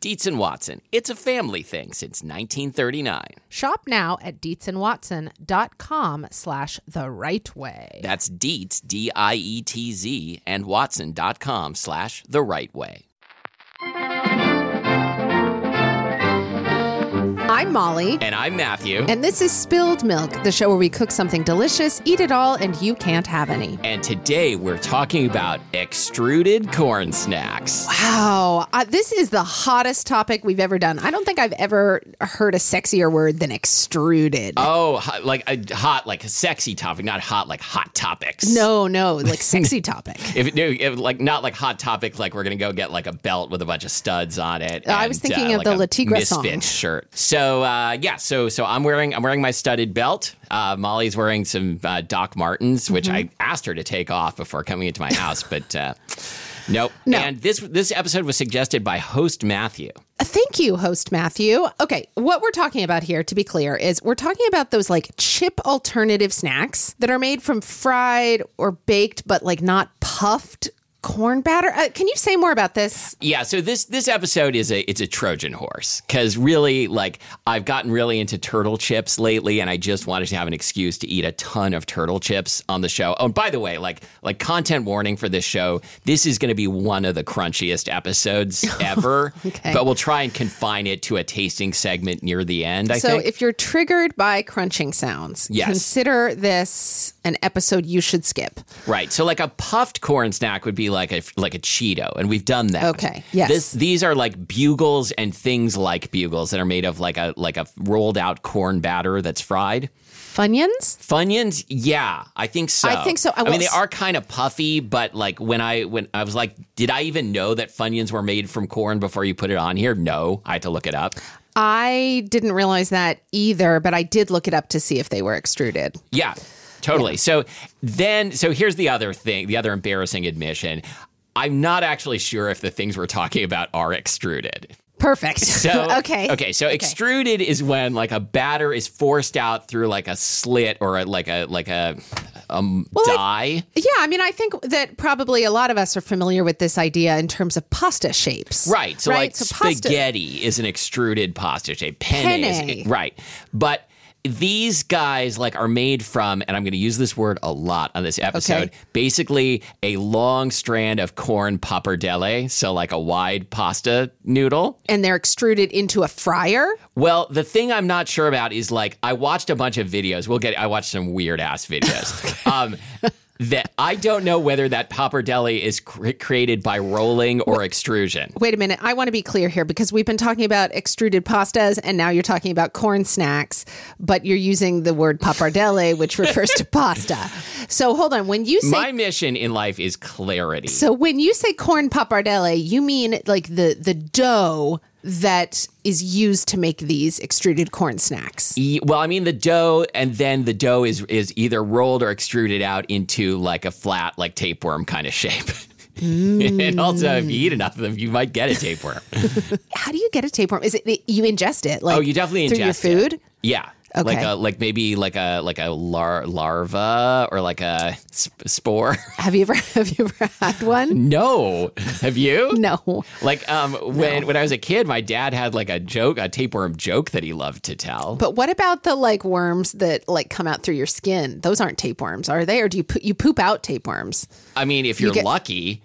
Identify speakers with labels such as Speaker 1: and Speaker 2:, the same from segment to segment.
Speaker 1: Dietz and Watson, it's a family thing since 1939.
Speaker 2: Shop now at DeetzandWatson.com slash the right way.
Speaker 1: That's Dietz, D I E T Z, and Watson.com slash the right way.
Speaker 2: I'm Molly.
Speaker 1: And I'm Matthew.
Speaker 2: And this is Spilled Milk, the show where we cook something delicious, eat it all, and you can't have any.
Speaker 1: And today we're talking about extruded corn snacks.
Speaker 2: Wow. Uh, this is the hottest topic we've ever done. I don't think I've ever heard a sexier word than extruded.
Speaker 1: Oh, hot, like a hot, like a sexy topic, not hot, like hot topics.
Speaker 2: no, no, like sexy topic.
Speaker 1: If, it- no, if like not like hot topic, like we're gonna go get like a belt with a bunch of studs on it. uh,
Speaker 2: I was thinking of
Speaker 1: like
Speaker 2: the
Speaker 1: a
Speaker 2: La Tigra song.
Speaker 1: misfit shirt. So uh, yeah, so so I'm wearing I'm wearing my studded belt. Uh, Molly's wearing some uh, Doc Martens, which
Speaker 2: Mm-hmm.
Speaker 1: I asked her to take off before coming into my house, but uh, nope.
Speaker 2: No.
Speaker 1: And this this episode was suggested by host Matthew.
Speaker 2: Thank you, host Matthew. Okay, what we're talking about here, to be clear, is we're talking about those like chip alternative snacks that are made from fried or baked, but like not puffed corn batter. Uh, can you say more about this?
Speaker 1: Yeah, so this this episode is a it's a Trojan horse because really like I've gotten really into turtle chips lately, and I just wanted to have an excuse to eat a ton of turtle chips on the show. Oh, and by the way, like like content warning for this show, this is going to be one of the crunchiest episodes ever, but we'll try and confine it to a tasting segment near the end. I
Speaker 2: so,
Speaker 1: think.
Speaker 2: if you're triggered by crunching sounds,
Speaker 1: Yes.
Speaker 2: consider this an episode you should skip.
Speaker 1: Right. So like a puffed corn snack would be like a like a Cheeto, and we've done that.
Speaker 2: Okay, yes.
Speaker 1: This, these are like bugles and things like bugles that are made of like a like a rolled out corn batter that's fried.
Speaker 2: Funyuns?
Speaker 1: Funyuns, yeah, I think so.
Speaker 2: I think so. I
Speaker 1: I, mean,
Speaker 2: will
Speaker 1: they
Speaker 2: s-
Speaker 1: are kind of puffy, but like when I when I was like, did I even know that Funyuns were made from corn before you put it on here? No, I had to look it up.
Speaker 2: I didn't realize that either, but I did look it up to see if they were extruded.
Speaker 1: Yeah, totally. So then, so here's the other thing, the other embarrassing admission. I'm not actually sure if the things we're talking about are extruded.
Speaker 2: Perfect.
Speaker 1: So,
Speaker 2: okay.
Speaker 1: Okay. So extruded is when like a batter is forced out through like a slit or a, like a like a um
Speaker 2: I-
Speaker 1: die.
Speaker 2: Yeah, I mean, I think that probably a lot of us are familiar with this idea in terms of pasta shapes.
Speaker 1: Right. So like
Speaker 2: pasta-
Speaker 1: spaghetti is an extruded pasta shape. Penne, is-
Speaker 2: Penne.
Speaker 1: right. But these guys like are made from, and I'm going to use this word a lot on this episode.
Speaker 2: Okay.
Speaker 1: Basically, a long strand of corn pappardelle, so like a wide pasta noodle.
Speaker 2: and they're extruded into a fryer.
Speaker 1: Well, the thing I'm not sure about is like I watched a bunch of videos. We'll get I watched some weird ass videos. um that I don't know whether that pappardelle is cre- created by rolling or extrusion.
Speaker 2: Wait a minute, I want to be clear here because we've been talking about extruded pastas, and now you're talking about corn snacks, but you're using the word pappardelle, which refers to pasta. So hold on, when you say
Speaker 1: My mission in life is clarity.
Speaker 2: so when you say corn pappardelle, you mean like the the dough that is used to make these extruded corn snacks.
Speaker 1: E- well, I mean the dough, and then the dough is is either rolled or extruded out into like a flat, like tapeworm kind of shape. and also, if you eat enough of them, you might get a tapeworm.
Speaker 2: How do you get a tapeworm? Is it you ingest it? Like
Speaker 1: oh, you definitely ingest
Speaker 2: through your food.
Speaker 1: It. Yeah.
Speaker 2: Okay.
Speaker 1: like a like maybe like a like a lar- larva or like a sp- spore.
Speaker 2: have you ever have you ever had one?
Speaker 1: no, have you?
Speaker 2: No.
Speaker 1: Like um, when when I was a kid, my dad had like a joke, a tapeworm joke that he loved to tell.
Speaker 2: But what about the like worms that like come out through your skin? Those aren't tapeworms, are they? Or do you po- you poop out tapeworms?
Speaker 1: I mean, if you're
Speaker 2: get-
Speaker 1: lucky,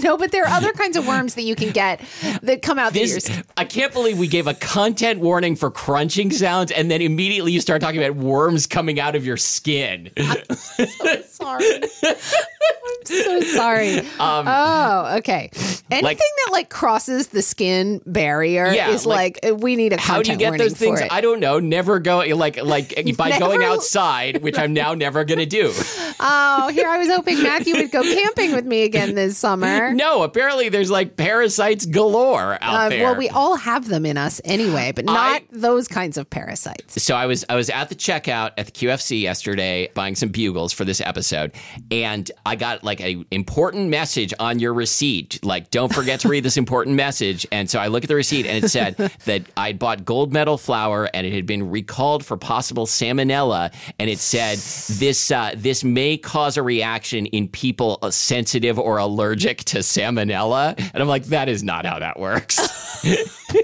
Speaker 2: no, but there are other kinds of worms that you can get that come out through your
Speaker 1: this
Speaker 2: skin.
Speaker 1: I can't believe we gave a content warning for crunching sounds, and then immediately you start talking about worms coming out of your skin.
Speaker 2: Sorry. I'm so sorry.
Speaker 1: Um,
Speaker 2: oh, okay. Anything that like crosses the skin barrier
Speaker 1: Yeah,
Speaker 2: is like,
Speaker 1: like,
Speaker 2: we need a
Speaker 1: How do you
Speaker 2: content
Speaker 1: get
Speaker 2: warning
Speaker 1: those things?
Speaker 2: for it.
Speaker 1: I don't know. Never go like like by going
Speaker 2: Never-
Speaker 1: outside, which I'm now never gonna do.
Speaker 2: oh, here I was hoping Matthew would go camping with me again this summer.
Speaker 1: No, apparently there's like parasites galore out
Speaker 2: Uh,
Speaker 1: there.
Speaker 2: well, we all have them in us anyway, but not those kinds of parasites.
Speaker 1: so I was I was at the checkout at the QFC yesterday buying some bugles for this episode, and I got like a important message on your receipt, like don't forget to read this important message. And so I look at the receipt, and it said that I'd bought gold medal flour, and it had been recalled for possible salmonella, and it said this uh, this may cause a reaction in people uh, sensitive or allergic to salmonella, and I'm like that is not how that works.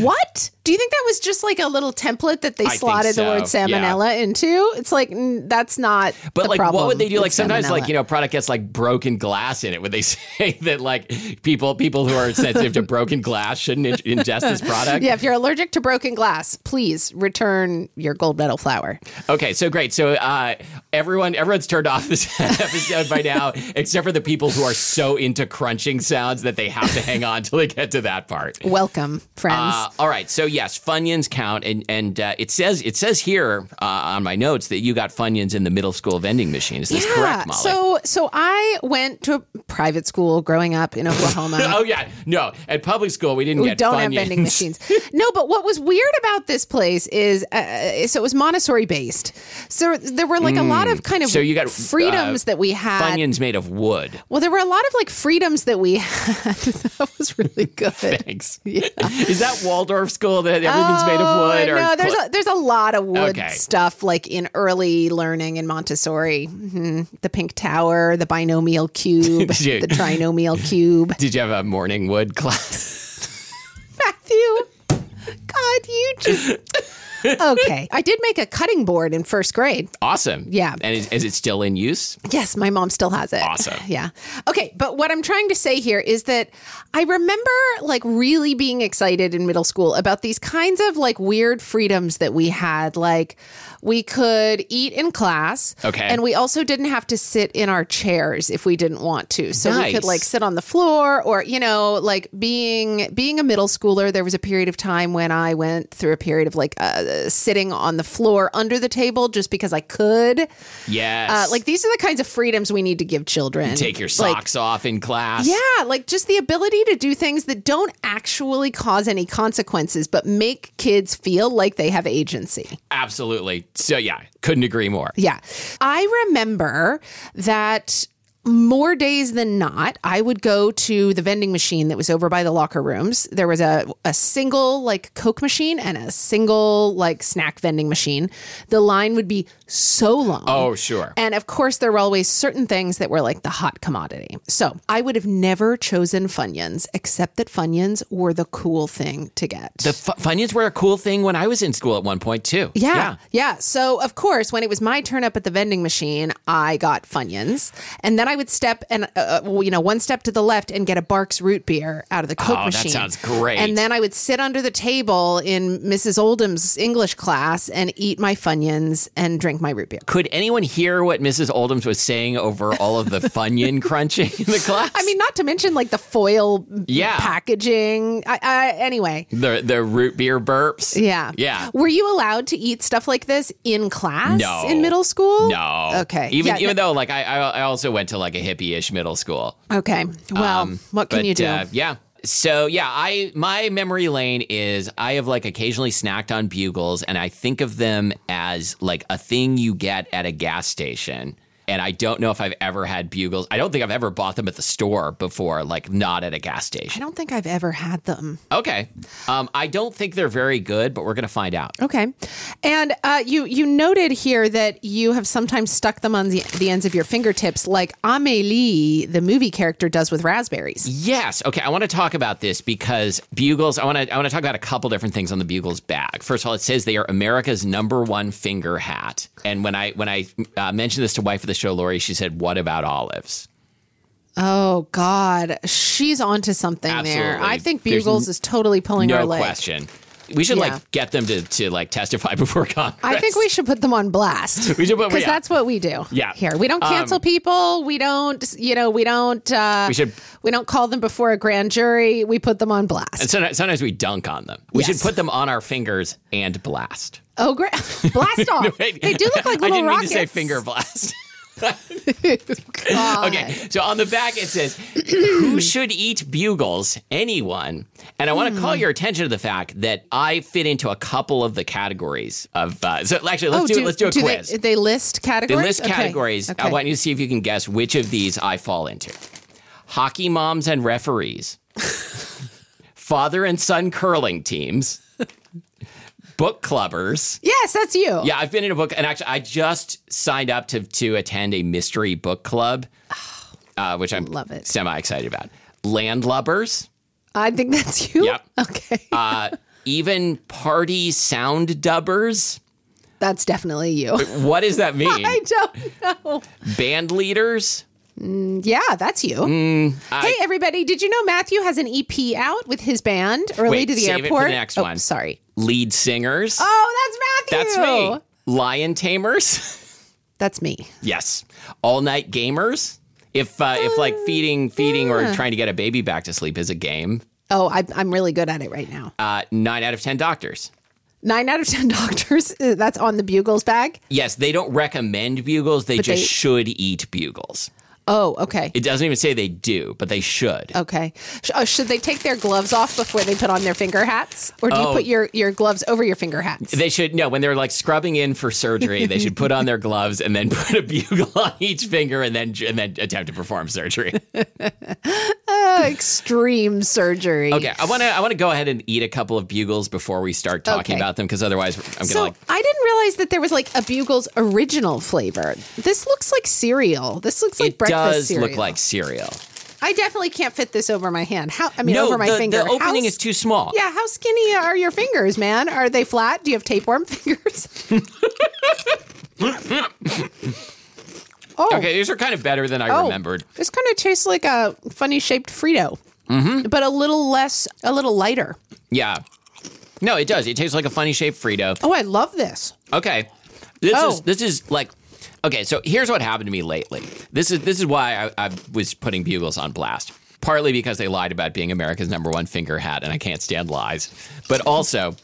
Speaker 2: What? Do you think that was just like a little template that they
Speaker 1: think
Speaker 2: slotted the word
Speaker 1: so, yeah.
Speaker 2: salmonella into? It's like, mm, that's not.
Speaker 1: But
Speaker 2: the
Speaker 1: like,
Speaker 2: problem
Speaker 1: what would they do?
Speaker 2: with
Speaker 1: Like sometimes,
Speaker 2: salmonella.
Speaker 1: like you know, product gets like broken glass in it. Would they say that like people people who are sensitive to broken glass shouldn't in- ingest this product?
Speaker 2: Yeah, if you're allergic to broken glass, please return your gold medal flower.
Speaker 1: Okay, so great. So uh, everyone everyone's turned off this episode by now, except for the people who are so into crunching sounds that they have to hang on till they get to that part.
Speaker 2: Welcome, friends.
Speaker 1: Uh, all right, so yes, Funyuns count, and and uh, it says it says here uh, on my notes that you got Funyuns in the middle school vending machine. Is this correct, Molly?
Speaker 2: So so I went to a private school growing up in Oklahoma.
Speaker 1: Oh yeah, no. At public school, we didn't
Speaker 2: We
Speaker 1: get
Speaker 2: don't have
Speaker 1: Funyuns.
Speaker 2: vending machines. No, but what was weird about this place is uh, so it was Montessori based. So there were like a lot of kind of
Speaker 1: So you got, uh,
Speaker 2: freedoms that we had.
Speaker 1: Bunion's made of wood.
Speaker 2: Well, there were a lot of like freedoms that we had. that was really good.
Speaker 1: Thanks. Is that Waldorf school that everything's made of wood?
Speaker 2: Oh,
Speaker 1: Or
Speaker 2: no, there's
Speaker 1: cl-
Speaker 2: a, there's a lot of wood
Speaker 1: Okay.
Speaker 2: stuff like in early learning in Montessori. hmm The pink tower, the binomial cube,
Speaker 1: Dude.
Speaker 2: the trinomial cube.
Speaker 1: Did you have a morning wood class?
Speaker 2: Matthew, God, you just okay. I did make a cutting board in first grade.
Speaker 1: awesome.
Speaker 2: Yeah. Uh,
Speaker 1: And is, is it still in use?
Speaker 2: Yes, my mom still has it.
Speaker 1: Awesome.
Speaker 2: Yeah. Okay, but what I'm trying to say here is that I remember like really being excited in middle school about these kinds of like weird freedoms that we had. Like we could eat in class.
Speaker 1: Okay.
Speaker 2: And we also didn't have to sit in our chairs if we didn't want to. So we could
Speaker 1: Nice.
Speaker 2: like sit on the floor or, you know, like being being a middle schooler, there was a period of time when I went through a period of like uh, sitting on the floor under the table just because I could.
Speaker 1: Yes.
Speaker 2: Uh, like these are the kinds of freedoms we need to give children.
Speaker 1: take your
Speaker 2: Like,
Speaker 1: socks off in class.
Speaker 2: yeah, like just the ability to do things that don't actually cause any consequences, but make kids feel like they have agency.
Speaker 1: Absolutely. So yeah, couldn't agree more.
Speaker 2: Yeah. I remember that more days than not, I would go to the vending machine that was over by the locker rooms. There was a, a single like Coke machine and a single like snack vending machine. The line would be so long.
Speaker 1: Oh sure.
Speaker 2: And of course, there were always certain things that were like the hot commodity. So I would have never chosen Funyuns, except that Funyuns were the cool thing to get.
Speaker 1: The f- Funyuns were a cool thing when I was in school at one point too.
Speaker 2: yeah, yeah. So, of course, when it was my turn up at the vending machine, I got Funyuns. And then I would step and, uh, uh, you know, one step to the left and get a Barks root beer out of the Coke
Speaker 1: Oh, that
Speaker 2: machine.
Speaker 1: sounds great.
Speaker 2: And then I would sit under the table in Mrs. Oldham's English class and eat my Funyuns and drink my root beer.
Speaker 1: Could anyone hear what Mrs. Oldhams was saying over all of the Funyun crunching in the class?
Speaker 2: I mean, not to mention like the foil
Speaker 1: Yeah.
Speaker 2: packaging. I, I, anyway,
Speaker 1: the the root beer burps.
Speaker 2: yeah,
Speaker 1: Yeah.
Speaker 2: Were you allowed to eat stuff like this in class
Speaker 1: No.
Speaker 2: in middle school?
Speaker 1: No.
Speaker 2: Okay.
Speaker 1: Even
Speaker 2: Yeah,
Speaker 1: even though like I I I also went to like a hippie-ish middle school.
Speaker 2: Okay. Well, what can
Speaker 1: But,
Speaker 2: you do?
Speaker 1: uh, yeah. So yeah, I my memory lane is I have like occasionally snacked on bugles and I think of them as like a thing you get at a gas station. And I don't know if I've ever had bugles. I don't think I've ever bought them at the store before, like not at a gas
Speaker 2: I
Speaker 1: station.
Speaker 2: don't think I've ever had them.
Speaker 1: Okay. Um, I don't think they're very good, but we're going to find out.
Speaker 2: Okay, and uh, you you noted here that you have sometimes stuck them on the, the ends of your fingertips, like Amélie, the movie character, does with raspberries.
Speaker 1: Yes. Okay. I want to talk about this because bugles. I want to. I want to talk about a couple different things on the bugles bag. First of all, it says they are America's number one finger hat. And when I when I uh, mentioned this to wife of the show, Lori, she said, "What about olives?"
Speaker 2: Oh God, she's onto something there.
Speaker 1: Absolutely.
Speaker 2: I think
Speaker 1: There's
Speaker 2: Bugles is totally pulling our
Speaker 1: No
Speaker 2: leg.
Speaker 1: question. We should
Speaker 2: Yeah.
Speaker 1: like get them to to like testify before Congress.
Speaker 2: I think we should put them on blast.
Speaker 1: We should put-
Speaker 2: because
Speaker 1: yeah.
Speaker 2: that's what we do.
Speaker 1: Yeah. Um,
Speaker 2: here we don't cancel people. We don't, you know, we don't. Uh,
Speaker 1: We should-
Speaker 2: We don't call them before a grand jury. We put them on blast.
Speaker 1: And sometimes, sometimes we dunk on them. We should
Speaker 2: Yes.
Speaker 1: put them on our fingers and blast.
Speaker 2: oh, great! blast off! They do look like little
Speaker 1: I didn't
Speaker 2: rockets.
Speaker 1: mean to say finger blast.
Speaker 2: God.
Speaker 1: Okay, so on the back it says, "Who should eat bugles? Anyone?" And I want
Speaker 2: Hmm.
Speaker 1: to call your attention to the fact that I fit into a couple of the categories of. Uh, so actually, let's
Speaker 2: Oh,
Speaker 1: do, let's do a
Speaker 2: they-
Speaker 1: quiz.
Speaker 2: They, list categories.
Speaker 1: They list
Speaker 2: Okay.
Speaker 1: categories.
Speaker 2: Okay.
Speaker 1: I want you to see if you can guess which of these I fall into: hockey moms and referees, father and son curling teams, book clubbers.
Speaker 2: yes, that's you.
Speaker 1: Yeah, I've been in a book, and actually, I just signed up to to attend a mystery book club, uh, which I'm
Speaker 2: love it.
Speaker 1: semi excited about. Landlubbers,
Speaker 2: I think that's you.
Speaker 1: Yep.
Speaker 2: Okay,
Speaker 1: uh, even party sound dubbers.
Speaker 2: that's definitely you.
Speaker 1: What does that mean?
Speaker 2: I don't know.
Speaker 1: Band leaders.
Speaker 2: Yeah, that's you.
Speaker 1: Mm,
Speaker 2: hey, everybody! Did you know Matthew has an EP out with his band early
Speaker 1: Wait,
Speaker 2: to the
Speaker 1: save it for
Speaker 2: airport?
Speaker 1: the next
Speaker 2: oh,
Speaker 1: one.
Speaker 2: Sorry.
Speaker 1: lead singers.
Speaker 2: Oh, that's
Speaker 1: That's
Speaker 2: Matthew.
Speaker 1: me. Lion tamers.
Speaker 2: That's me.
Speaker 1: yes. All night gamers. If uh, if like feeding feeding or trying to get a baby back to sleep is a game.
Speaker 2: Oh, I, I'm really good at it right now.
Speaker 1: Uh, nine out of ten doctors.
Speaker 2: Nine out of ten doctors. uh, That's on the bugles bag.
Speaker 1: Yes, they don't recommend bugles. They just
Speaker 2: they-
Speaker 1: should eat bugles.
Speaker 2: Oh, okay.
Speaker 1: It doesn't even say they do, but they should.
Speaker 2: Okay. Sh- oh, should they take their gloves off before they put on their finger hats, or do you
Speaker 1: Oh.
Speaker 2: put your your gloves over your finger hats?
Speaker 1: They should no when they're like scrubbing in for surgery. They should put on their gloves and then put a bugle on each finger and then and then attempt to perform surgery.
Speaker 2: Ah, Extreme surgery.
Speaker 1: Okay, I want to I want to go ahead and eat a couple of bugles before we start
Speaker 2: Okay.
Speaker 1: talking about them because otherwise I'm gonna
Speaker 2: So
Speaker 1: like
Speaker 2: I didn't realize that there was like a bugles original flavor. This looks like cereal. This looks like
Speaker 1: it
Speaker 2: breakfast
Speaker 1: does
Speaker 2: cereal.
Speaker 1: look like cereal.
Speaker 2: I definitely can't fit this over my hand. How I mean
Speaker 1: No,
Speaker 2: over my
Speaker 1: the,
Speaker 2: finger.
Speaker 1: the opening
Speaker 2: How
Speaker 1: is too small.
Speaker 2: Yeah, how skinny are your fingers, man? Are they flat? Do you have tapeworm fingers? oh,
Speaker 1: Okay, these are kind of better than I
Speaker 2: oh.
Speaker 1: remembered.
Speaker 2: This kind of tastes like a funny shaped Frito,
Speaker 1: Mm-hmm.
Speaker 2: but a little less, a little lighter.
Speaker 1: Yeah. No, it does. It tastes like a funny shaped Frito.
Speaker 2: Oh, I love this.
Speaker 1: Okay. This
Speaker 2: Oh.
Speaker 1: is this is like okay. So here's what happened to me lately. This is this is why I, I was putting bugles on blast. Partly because they lied about being America's number one finger hat, and I can't stand lies. But also,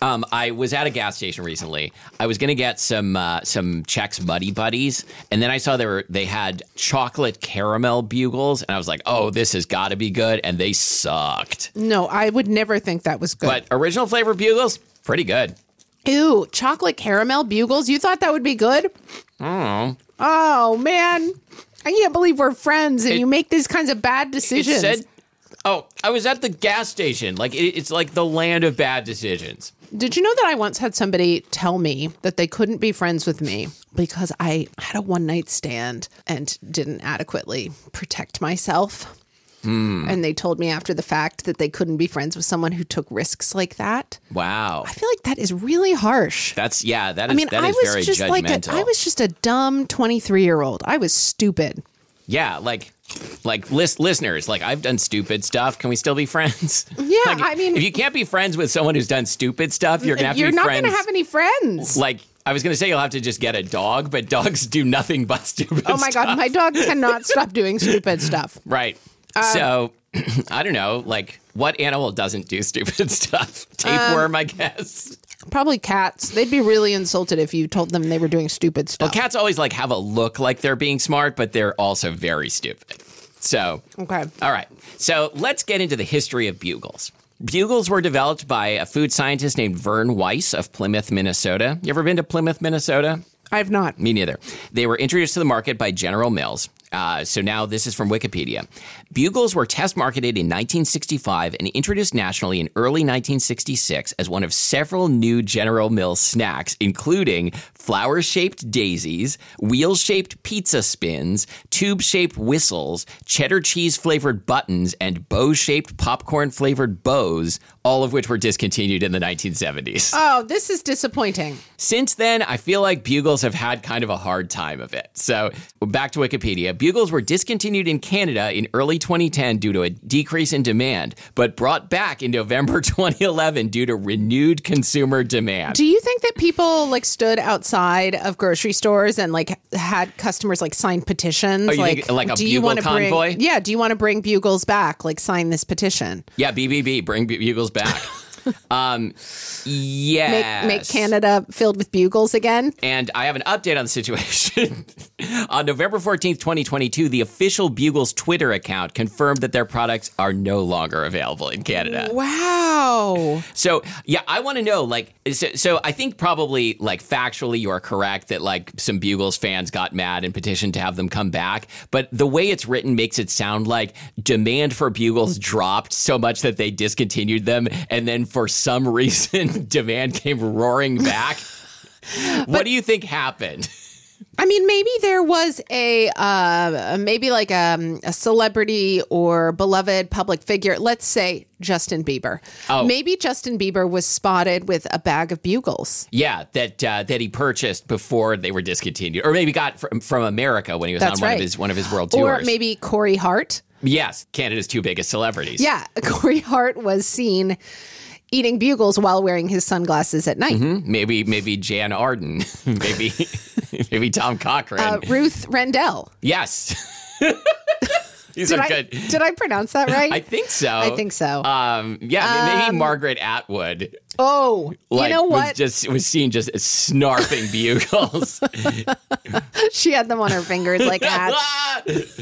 Speaker 1: um, I was at a gas station recently. I was gonna get some uh, some Chex Muddy Buddies, and then I saw they were they had chocolate caramel bugles, and I was like, oh, this has got to be good, and they sucked.
Speaker 2: No, I would never think that was good.
Speaker 1: But original flavor bugles, pretty good.
Speaker 2: Ew, chocolate caramel bugles. You thought that would be good?
Speaker 1: Mm.
Speaker 2: Oh man, I can't believe we're friends and you make these kinds of bad
Speaker 1: It
Speaker 2: decisions.
Speaker 1: said, "Oh, I was at the gas station. Like it, it's like the land of bad decisions."
Speaker 2: Did you know that I once had somebody tell me that they couldn't be friends with me because I had a one night stand and didn't adequately protect myself?
Speaker 1: Hmm.
Speaker 2: And they told me after the fact that they couldn't be friends with someone who took risks like that.
Speaker 1: Wow,
Speaker 2: I feel like that is really harsh.
Speaker 1: that's yeah. That
Speaker 2: I
Speaker 1: is
Speaker 2: mean,
Speaker 1: that
Speaker 2: I
Speaker 1: is very
Speaker 2: was just
Speaker 1: judgmental.
Speaker 2: like a, I was just a dumb 23 year old. I was stupid.
Speaker 1: yeah, like like list listeners. Like I've done stupid stuff. Can we still be friends?
Speaker 2: Yeah,
Speaker 1: Like,
Speaker 2: I mean-
Speaker 1: if you can't be friends with someone who's done stupid stuff, you're gonna have
Speaker 2: You're
Speaker 1: to be
Speaker 2: not
Speaker 1: friends.
Speaker 2: going to have any friends.
Speaker 1: like I was gonna say, you'll have to just get a dog, but dogs do nothing but stupid.
Speaker 2: Oh my God, my dog cannot stop doing stupid stuff.
Speaker 1: Right. so I don't know. Like what animal doesn't do stupid stuff? Tapeworm, I guess.
Speaker 2: Probably cats. They'd be really insulted if you told them they were doing stupid stuff.
Speaker 1: Cats always like have a look like they're being smart, but they're also very stupid. So,
Speaker 2: Okay.
Speaker 1: all right. So let's get into the history of bugles. Bugles were developed by a food scientist named Vern Weiss of Plymouth, Minnesota. You ever been to Plymouth, Minnesota?
Speaker 2: I've not.
Speaker 1: Me neither. They were introduced to the market by General Mills. Uh, so now this is from Wikipedia. Bugles were test marketed in 1965 and introduced nationally in early 1966 as one of several new General Mills snacks, including flower shaped daisies, wheel shaped pizza spins, tube shaped whistles, cheddar cheese flavored buttons, and bow shaped popcorn flavored bows, all of which were discontinued in the 1970s.
Speaker 2: Oh, this is disappointing.
Speaker 1: Since then, I feel like bugles have had kind of a hard time of it. So, back to Wikipedia. Bugles were discontinued in Canada in early 2010 due to a decrease in demand, but brought back in November 2011 due to renewed consumer demand.
Speaker 2: Do you think that people like stood outside of grocery stores and like had customers like sign petitions?
Speaker 1: Oh, you
Speaker 2: like,
Speaker 1: think, like a
Speaker 2: do you
Speaker 1: bugle
Speaker 2: want to
Speaker 1: convoy?
Speaker 2: bring? Yeah, do you want to bring bugles back? Like, sign this petition.
Speaker 1: yeah, BBB, bring bu- bugles back. um,
Speaker 2: Make
Speaker 1: yes.
Speaker 2: make Canada filled with bugles again.
Speaker 1: And I have an update on the situation. on November 14th, 2022, the official Bugles Twitter account confirmed that their products are no longer available in Canada.
Speaker 2: Wow.
Speaker 1: So, yeah, I want to know like so, so I think probably like factually you are correct that like some Bugles fans got mad and petitioned to have them come back, but the way it's written makes it sound like demand for
Speaker 2: Mm.
Speaker 1: Bugles dropped so much that they discontinued them and then for some reason demand came roaring back. what do you think happened?
Speaker 2: I mean, maybe there was a uh, maybe like um, a celebrity or beloved public figure. Let's say Justin Bieber.
Speaker 1: Oh.
Speaker 2: Maybe Justin Bieber was spotted with a bag of bugles.
Speaker 1: Yeah, that uh, that he purchased before they were discontinued, or maybe got from, from America when he was
Speaker 2: That's
Speaker 1: on one
Speaker 2: right.
Speaker 1: of his one of his world
Speaker 2: Or
Speaker 1: tours.
Speaker 2: maybe Corey Hart.
Speaker 1: yes, Canada's two biggest celebrities.
Speaker 2: Yeah, Corey Hart was seen eating bugles while wearing his sunglasses at night.
Speaker 1: Maybe maybe Jan Arden, maybe maybe Tom Cochran.
Speaker 2: Uh, Ruth Rendell.
Speaker 1: yes, these
Speaker 2: Did
Speaker 1: are
Speaker 2: I,
Speaker 1: good.
Speaker 2: did I pronounce that right?
Speaker 1: I think so.
Speaker 2: I think so.
Speaker 1: Um, yeah, I mean, maybe Margaret Atwood.
Speaker 2: oh,
Speaker 1: Like,
Speaker 2: you know
Speaker 1: was
Speaker 2: what?
Speaker 1: just was seen just snarfing bugles.
Speaker 2: she had them on her fingers like hats.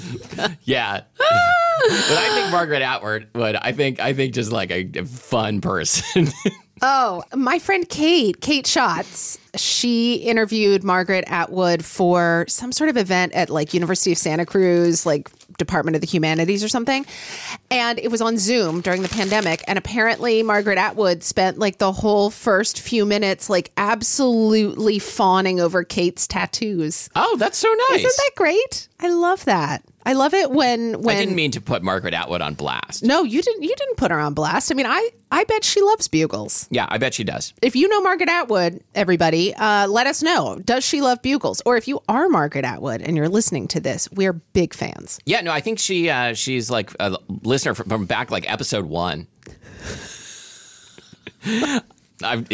Speaker 1: yeah, but I think Margaret Atwood. Would I think I think just like a, a fun person.
Speaker 2: Oh, my friend Kate, Kate Schatz, she interviewed Margaret Atwood for some sort of event at like University of Santa Cruz, like Department of the Humanities or something. And it was on Zoom during the pandemic. And apparently, Margaret Atwood spent like the whole first few minutes, like absolutely fawning over Kate's tattoos.
Speaker 1: oh, that's so nice.
Speaker 2: Isn't that great? I love that. I love it when when
Speaker 1: I didn't mean to put Margaret Atwood on blast.
Speaker 2: no, you didn't. You didn't put her on blast. I mean, I I bet she loves bugles.
Speaker 1: Yeah, I bet she does.
Speaker 2: if you know Margaret Atwood, everybody, uh, let us know. Does she love bugles? Or if you are Margaret Atwood and you're listening to this, we're big fans.
Speaker 1: Yeah, no, I think she uh, she's like a listener from, from back like episode one. I've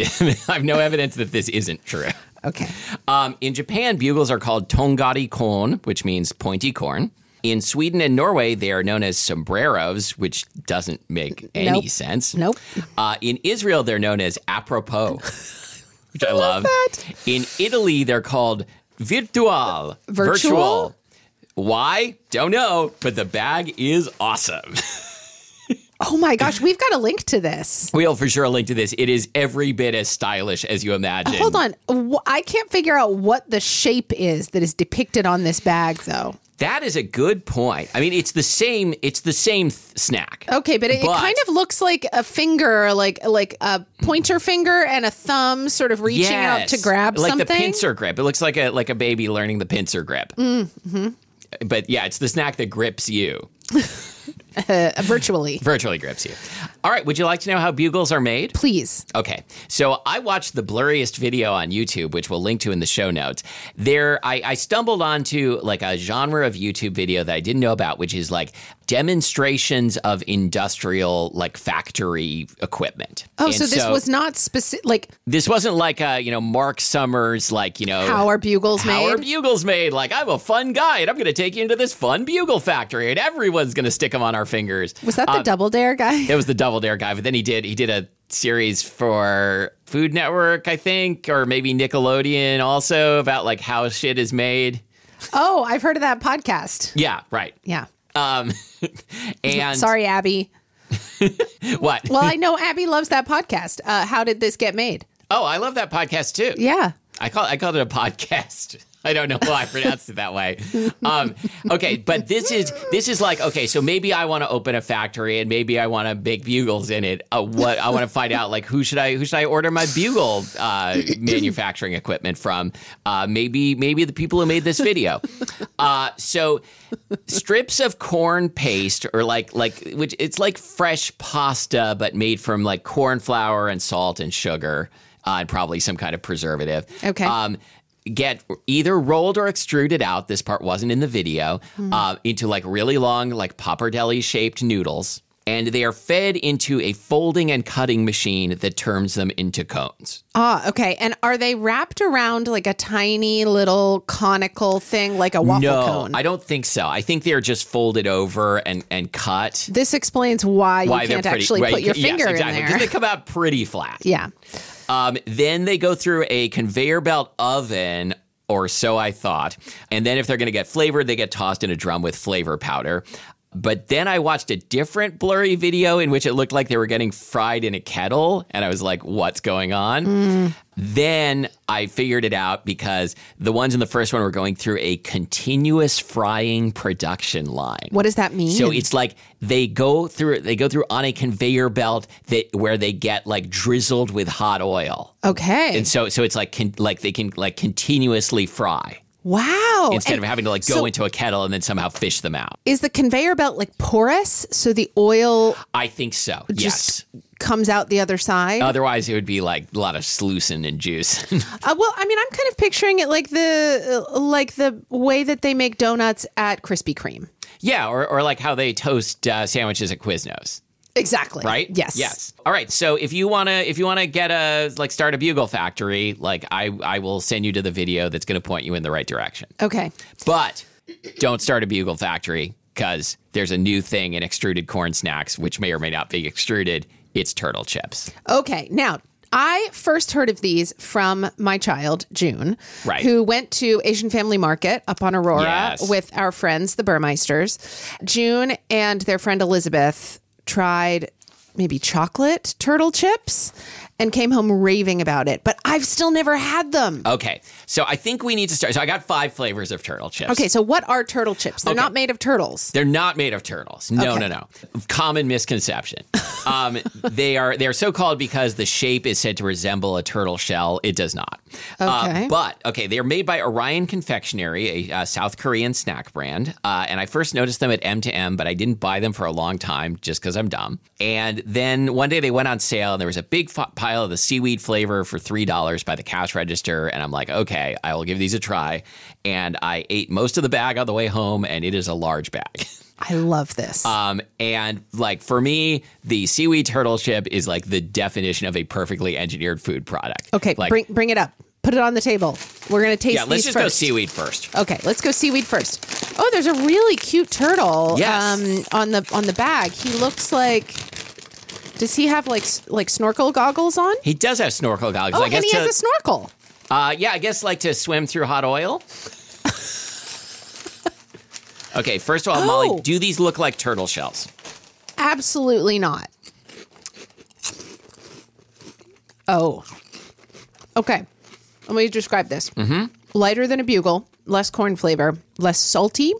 Speaker 1: I've no evidence that this isn't true.
Speaker 2: Okay.
Speaker 1: Um, in Japan, bugles are called tongari kon, which means pointy corn. In Sweden and Norway, they are known as sombreros, which doesn't make any
Speaker 2: Nope.
Speaker 1: sense.
Speaker 2: Nope.
Speaker 1: Uh, in Israel, they're known as apropos, which I, love.
Speaker 2: that.
Speaker 1: In Italy, they're called virtual.
Speaker 2: Virtual?
Speaker 1: Why? Don't know, but the bag is awesome.
Speaker 2: Oh my gosh, we've got a link to this.
Speaker 1: we'll for sure link to this. It is every bit as stylish as you imagine.
Speaker 2: Hold on. Wh- I can't figure out what the shape is that is depicted on this bag, though.
Speaker 1: That is a good point. I mean, it's the same. It's the same th- snack.
Speaker 2: Okay, but it, it
Speaker 1: But-
Speaker 2: kind of looks like a finger, like like a pointer finger and a thumb, sort of reaching out to
Speaker 1: Yes.
Speaker 2: grab
Speaker 1: like
Speaker 2: something.
Speaker 1: the pincer grip. It looks like a like a baby learning the pincer grip.
Speaker 2: Mm-hmm.
Speaker 1: But yeah, it's the snack that grips you,
Speaker 2: Uh, virtually,
Speaker 1: virtually grips you. All right, would you like to know how bugles are made?
Speaker 2: please.
Speaker 1: Okay, so I watched the blurriest video on YouTube, which we'll link to in the show notes. There, I, I stumbled onto like a genre of YouTube video that I didn't know about, which is like demonstrations of industrial like factory equipment.
Speaker 2: Oh,
Speaker 1: And
Speaker 2: so this was not specific. Like,
Speaker 1: this wasn't like uh, you know Mark Summers like you know
Speaker 2: how are bugles
Speaker 1: how
Speaker 2: made?
Speaker 1: are bugles made? Like, I'm a fun guy, and I'm going to take you into this fun bugle factory, and everyone's going to stick them on our fingers.
Speaker 2: was that the double dare guy?
Speaker 1: That was the Double Dare guy, but then he did he did a series for Food Network, I think, or maybe Nickelodeon, also about like how shit is made.
Speaker 2: Oh, I've heard of that podcast.
Speaker 1: Yeah, right.
Speaker 2: Yeah.
Speaker 1: Um, and
Speaker 2: Sorry, Abby.
Speaker 1: what?
Speaker 2: Well, I know Abby loves that podcast. Uh, How did this get made?
Speaker 1: Oh, I love that podcast too.
Speaker 2: Yeah.
Speaker 1: I call I called it a podcast. I don't know why I pronounced it that way. Um, okay, but this is this is like okay. So maybe I want to open a factory and maybe I want to make bugles in it. Uh, what I want to find out like who should I who should I order my bugle uh, manufacturing equipment from? Uh, maybe maybe the people who made this video. Uh, so strips of corn paste or like like which it's like fresh pasta but made from like corn flour and salt and sugar uh, and probably some kind of preservative.
Speaker 2: Okay.
Speaker 1: Um, get either rolled or extruded out. This part wasn't in the video
Speaker 2: Hmm.
Speaker 1: uh, into like really long, like pappardelle shaped noodles. And they are fed into a folding and cutting machine that turns them into cones.
Speaker 2: Ah, okay. And are they wrapped around like a tiny little conical thing, like a waffle
Speaker 1: no,
Speaker 2: cone?
Speaker 1: I don't think so. I think they are just folded over and, and cut.
Speaker 2: this explains why,
Speaker 1: Why
Speaker 2: you
Speaker 1: they're
Speaker 2: can't
Speaker 1: pretty?
Speaker 2: actually
Speaker 1: why
Speaker 2: put
Speaker 1: you
Speaker 2: your
Speaker 1: ca- yes,
Speaker 2: finger
Speaker 1: exactly,
Speaker 2: in
Speaker 1: 'cause
Speaker 2: there.
Speaker 1: They come out pretty flat.
Speaker 2: yeah.
Speaker 1: Um, then they go through a conveyor belt oven, or so I thought. And then if they're going to get flavored, they get tossed in a drum with flavor powder. But then I watched a different blurry video in which it looked like they were getting fried in a kettle. And I was like, what's going on? Then I figured it out because the ones in the first one were going through a continuous frying production line.
Speaker 2: What does that mean?
Speaker 1: So it's like they go through they go through on a conveyor belt that where they get like drizzled with hot oil.
Speaker 2: okay.
Speaker 1: And so so it's like con, like they can like continuously fry
Speaker 2: wow.
Speaker 1: instead
Speaker 2: And
Speaker 1: of having to like go
Speaker 2: so-
Speaker 1: into a kettle and then somehow fish them out.
Speaker 2: is the conveyor belt like porous? So the oil
Speaker 1: I think so. yes.
Speaker 2: just comes out the other side?
Speaker 1: Otherwise it would be like a lot of sluicing and juice.
Speaker 2: Uh, well, I mean, I'm kind of picturing it like the uh, like the way that they make donuts at Krispy Kreme.
Speaker 1: yeah, or or like how they toast uh, sandwiches at Quiznos.
Speaker 2: Exactly.
Speaker 1: right?
Speaker 2: Yes.
Speaker 1: Yes. All right. So if you wanna if you wanna get a like start a bugle factory, like I I will send you to the video that's gonna point you in the right direction.
Speaker 2: Okay.
Speaker 1: But don't start a bugle factory because there's a new thing in extruded corn snacks, which may or may not be extruded. It's turtle chips.
Speaker 2: Okay. Now, I first heard of these from my child, June,
Speaker 1: Right.
Speaker 2: who went to Asian Family Market up on Aurora
Speaker 1: Yes.
Speaker 2: with our friends, the Burmeisters. June and their friend Elizabeth tried maybe chocolate turtle chips and came home raving about it, but I've still never had them.
Speaker 1: Okay. So I think we need to start. So I got five flavors of turtle chips.
Speaker 2: Okay, so what are turtle chips? They're not made of turtles.
Speaker 1: They're not made of turtles. No,
Speaker 2: Okay.
Speaker 1: no, no. Common misconception. Um, they are they are so called because the shape is said to resemble a turtle shell. It does not. Uh,
Speaker 2: Okay.
Speaker 1: but okay, they are made by Orion Confectionery, a uh, South Korean snack brand. Uh, and I first noticed them at M2M, but I didn't buy them for a long time just because I'm dumb. And then one day they went on sale, and there was a big f- pile of the seaweed flavor for three dollars by the cash register. And I'm like, okay, I will give these a try. And I ate most of the bag on the way home, and it is a large bag.
Speaker 2: I love this.
Speaker 1: Um, and like for me, the seaweed turtle chip is like the definition of a perfectly engineered food product.
Speaker 2: okay,
Speaker 1: like,
Speaker 2: bring bring it up. Put it on the table. We're gonna taste
Speaker 1: yeah, let's
Speaker 2: these
Speaker 1: just go
Speaker 2: first.
Speaker 1: seaweed first.
Speaker 2: Okay, let's go seaweed first. Oh, there's a really cute turtle. um,
Speaker 1: Yes.
Speaker 2: on the on the bag, he looks like. Does he have like s- like snorkel goggles on?
Speaker 1: He does have snorkel goggles.
Speaker 2: Oh,
Speaker 1: I
Speaker 2: and
Speaker 1: guess
Speaker 2: he
Speaker 1: to,
Speaker 2: has a snorkel.
Speaker 1: uh, yeah, I guess like to swim through hot oil. okay, first of all,
Speaker 2: Oh.
Speaker 1: Molly, do these look like turtle shells?
Speaker 2: Absolutely not. Oh. Okay. Let me describe this. Mm-hmm. Lighter than a bugle, less corn flavor, less salty,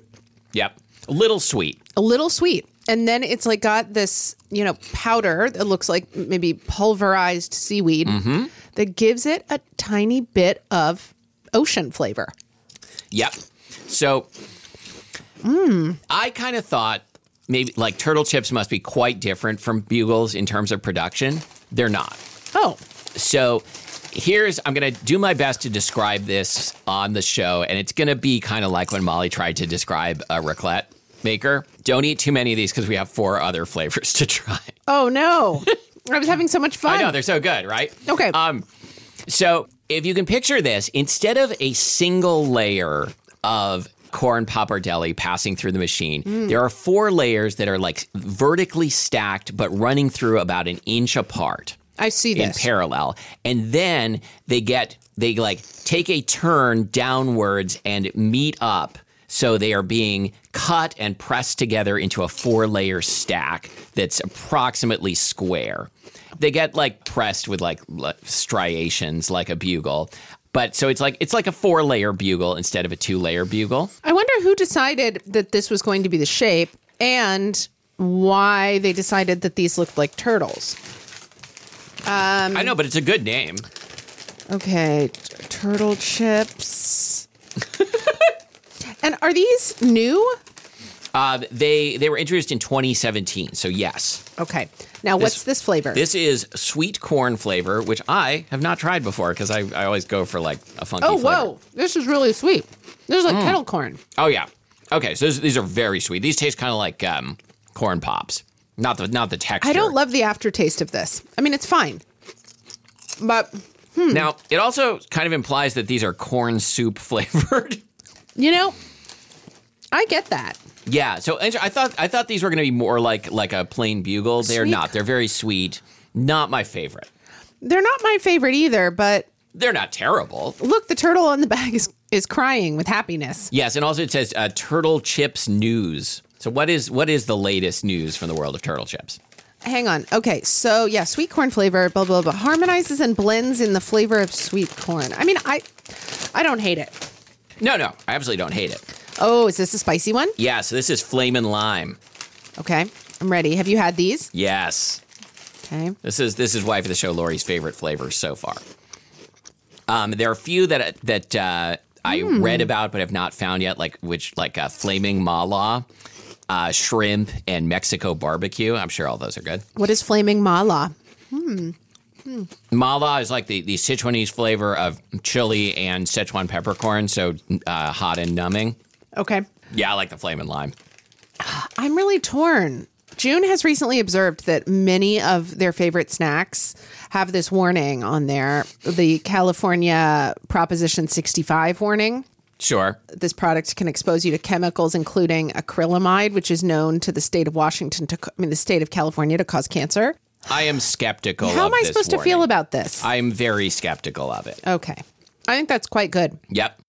Speaker 1: Yep, a little sweet.
Speaker 2: a little sweet. And then it's like got this, you know, powder that looks like maybe pulverized seaweed
Speaker 1: Mm-hmm.
Speaker 2: that gives it a tiny bit of ocean flavor.
Speaker 1: Yep. So
Speaker 2: Hmm.
Speaker 1: I kind of thought maybe like turtle chips must be quite different from bugles in terms of production. They're not.
Speaker 2: Oh,
Speaker 1: So here's I'm going to do my best to describe this on the show and it's going to be kind of like when Molly tried to describe a raclette maker. Don't eat too many of these cuz we have four other flavors to try.
Speaker 2: oh no. I was having so much fun.
Speaker 1: I know they're so good, right?
Speaker 2: Okay.
Speaker 1: Um so if you can picture this, instead of a single layer of corn pappardelle passing through the machine, there are four layers that are like vertically stacked but running through about an inch apart
Speaker 2: I see
Speaker 1: in
Speaker 2: this.
Speaker 1: parallel and then they get they like take a turn downwards and meet up so they are being cut and pressed together into a four layer stack that's approximately square they get like pressed with like l- striations like a bugle But so it's like it's like a four layer bugle instead of a two layer bugle.
Speaker 2: I wonder who decided that this was going to be the shape and why they decided that these looked like turtles.
Speaker 1: I know, but it's a good name.
Speaker 2: Okay, t- turtle chips. and are these new?
Speaker 1: Uh, they they were introduced in 2017. So yes,
Speaker 2: Okay. Now, what's this flavor?
Speaker 1: this is sweet corn flavor, which I have not tried before because I, I always go for like a funky.
Speaker 2: oh,
Speaker 1: flavor.
Speaker 2: whoa. This is really sweet. This is like kettle corn.
Speaker 1: Oh yeah. Okay, so this, these are very sweet. These taste kind of like um, corn pops. Not the not the texture.
Speaker 2: I don't love the aftertaste of this. I mean, it's fine. But,
Speaker 1: Now it also kind of implies that these are corn soup flavored.
Speaker 2: you know, I get that.
Speaker 1: yeah. So and I thought I thought these were going to be more like like a plain bugle. They're
Speaker 2: Sweet.
Speaker 1: not. They're very sweet. Not my favorite.
Speaker 2: They're not my favorite either, but
Speaker 1: They're not terrible.
Speaker 2: look, the turtle on the bag is, is crying with happiness.
Speaker 1: Yes, and also it says uh, turtle chips news. So what is what is the latest news from the world of turtle chips?
Speaker 2: Hang on. Okay, so yeah, sweet corn flavor, blah blah blah, harmonizes and blends in the flavor of sweet corn. I mean, I, I don't hate it.
Speaker 1: No, no, I absolutely don't hate it.
Speaker 2: Oh, is this a spicy one?
Speaker 1: Yeah, so this is flame and lime.
Speaker 2: Okay, I'm ready. Have you had these?
Speaker 1: Yes.
Speaker 2: Okay.
Speaker 1: This is this is wife of the show Lori's favorite flavor so far. Um, there are a few that that uh, I
Speaker 2: Hmm.
Speaker 1: read about but have not found yet, like which like uh, flaming mala, uh, shrimp, and Mexico barbecue. I'm sure all those are good.
Speaker 2: What is flaming mala?
Speaker 1: Mala is like the, the Sichuanese flavor of chili and Sichuan peppercorn, so uh, hot and numbing.
Speaker 2: Okay.
Speaker 1: Yeah, I like the flame and lime.
Speaker 2: I'm really torn. June has recently observed that many of their favorite snacks have this warning on there the California Proposition 65 warning.
Speaker 1: Sure.
Speaker 2: This product can expose you to chemicals, including acrylamide, which is known to the state of Washington, to, I mean, the state of California to cause cancer.
Speaker 1: I am skeptical.
Speaker 2: How
Speaker 1: of
Speaker 2: am I
Speaker 1: this
Speaker 2: supposed to
Speaker 1: warning.
Speaker 2: feel about this?
Speaker 1: I'm very skeptical of it.
Speaker 2: okay. I think that's quite good.
Speaker 1: Yep.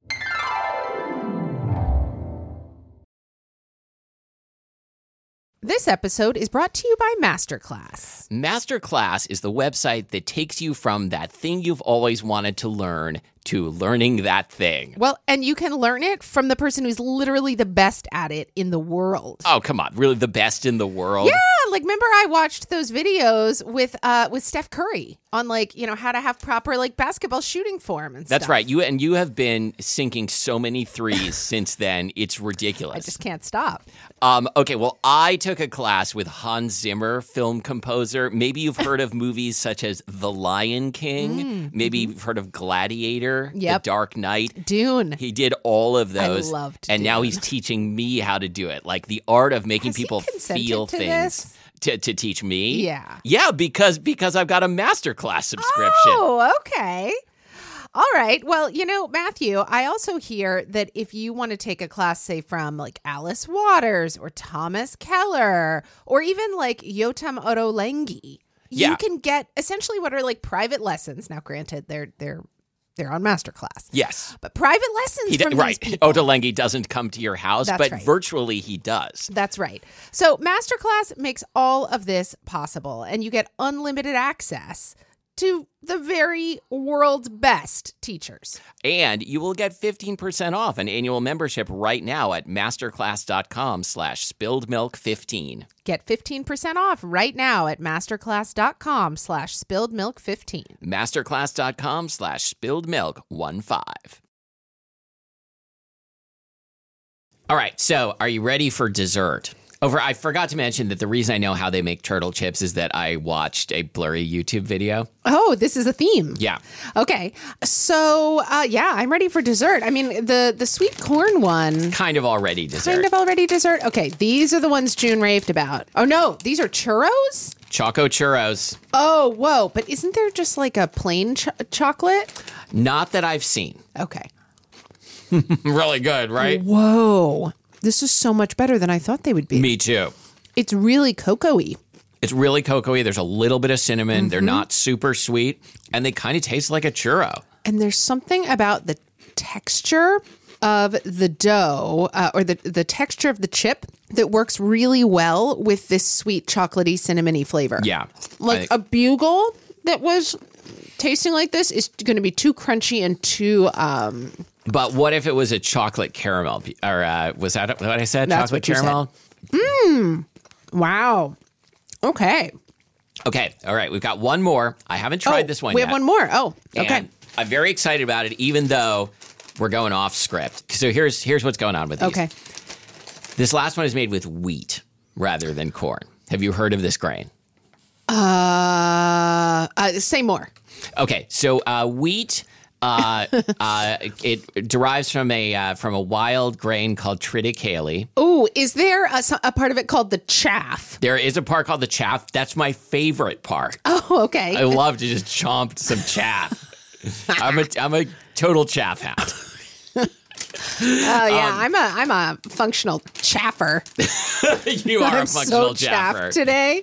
Speaker 2: This episode is brought to you by Masterclass.
Speaker 1: Masterclass is the website that takes you from that thing you've always wanted to learn to learning that thing.
Speaker 2: Well, and you can learn it from the person who's literally the best at it in the world.
Speaker 1: Oh, come on. Really the best in the world?
Speaker 2: Yeah, like remember I watched those videos with uh with Steph Curry on like, you know, how to have proper like basketball shooting form and
Speaker 1: That's
Speaker 2: stuff.
Speaker 1: right. You and you have been sinking so many threes since then. It's ridiculous.
Speaker 2: Just can't stop.
Speaker 1: Um, okay, well, I took a class with Hans Zimmer, film composer. Maybe you've heard of movies such as The Lion King. Maybe you've heard of
Speaker 2: Hmm, mm-hmm.
Speaker 1: Gladiator,
Speaker 2: Yep.
Speaker 1: The Dark Knight.
Speaker 2: Dune.
Speaker 1: He did all of those.
Speaker 2: loved
Speaker 1: and now he's teaching me how to do it, like the art of making
Speaker 2: Has he
Speaker 1: people
Speaker 2: consented
Speaker 1: feel
Speaker 2: to
Speaker 1: things
Speaker 2: this?
Speaker 1: to, to teach me.
Speaker 2: Yeah.
Speaker 1: yeah, because because I've got a masterclass subscription.
Speaker 2: Oh, okay. All right. Well, you know, Matthew, I also hear that if you want to take a class, say from like Alice Waters or Thomas Keller or even like Yotam Ottolenghi,
Speaker 1: Yeah.
Speaker 2: you can get essentially what are like private lessons. Now, granted, they're they're they're on masterclass,
Speaker 1: Yes,
Speaker 2: but private lessons
Speaker 1: he
Speaker 2: from
Speaker 1: d- right.
Speaker 2: these people.
Speaker 1: Ottolenghi doesn't come to your house,
Speaker 2: That's
Speaker 1: but
Speaker 2: right.
Speaker 1: virtually he does.
Speaker 2: That's right. So, Masterclass makes all of this possible, and you get unlimited access to the very world's best teachers.
Speaker 1: And you will get 15% off an annual membership right now at masterclass.com slash spilled milk 15.
Speaker 2: Get 15% off right now at masterclass.com slash spilled milk 15.
Speaker 1: Masterclass.com slash spilled milk 15. All right, so are you ready for dessert? Over, I forgot to mention that the reason I know how they make turtle chips is that I watched a blurry YouTube video.
Speaker 2: Oh, this is a theme.
Speaker 1: Yeah.
Speaker 2: Okay. So, uh, yeah, I'm ready for dessert. I mean, the, the sweet corn one,
Speaker 1: Kind of already dessert.
Speaker 2: kind of already dessert. Okay, these are the ones June raved about. Oh, no, these are churros?
Speaker 1: Choco churros.
Speaker 2: Oh, whoa. But isn't there just like a plain ch- chocolate?
Speaker 1: Not that I've seen.
Speaker 2: Okay.
Speaker 1: really good,
Speaker 2: Mm.
Speaker 1: right?
Speaker 2: Whoa. This is so much better than I thought they would be.
Speaker 1: Me too.
Speaker 2: It's really cocoa-y.
Speaker 1: It's really cocoa-y. There's a little bit of cinnamon. They're not super sweet, and they kind of taste like a churro.
Speaker 2: And there's something about the texture of the dough uh, or the, the texture of the chip that works really well with this sweet chocolatey cinnamony flavor.
Speaker 1: Yeah,
Speaker 2: Like
Speaker 1: I-
Speaker 2: a bugle that was tasting like this is going to be too crunchy and too um
Speaker 1: But what if it was a chocolate caramel? p- Or uh, was that what I said?
Speaker 2: That's
Speaker 1: chocolate
Speaker 2: what you said.
Speaker 1: caramel?
Speaker 2: wow. Okay.
Speaker 1: Okay. All right. We've got one more. I haven't tried
Speaker 2: Oh,
Speaker 1: this one
Speaker 2: We
Speaker 1: yet.
Speaker 2: have one more. Oh, okay.
Speaker 1: And I'm very excited about it, even though we're going off script. So here's here's what's going on with these.
Speaker 2: okay.
Speaker 1: This last one is made with wheat rather than corn. Have you heard of this grain?
Speaker 2: Uh, uh say more.
Speaker 1: Okay, so uh, wheat. uh, uh, it derives from a uh, from a wild grain called triticale.
Speaker 2: Oh, is there a, so- a part of it called the chaff?
Speaker 1: There is a part called the chaff. That's my favorite part.
Speaker 2: Oh, okay.
Speaker 1: I love to just chomp some chaff. I'm a I'm a total chaff hat.
Speaker 2: Oh yeah, I'm
Speaker 1: um,
Speaker 2: a I'm a functional chaffer.
Speaker 1: you are
Speaker 2: I'm
Speaker 1: a
Speaker 2: so
Speaker 1: functional chaffer.
Speaker 2: chaffed today.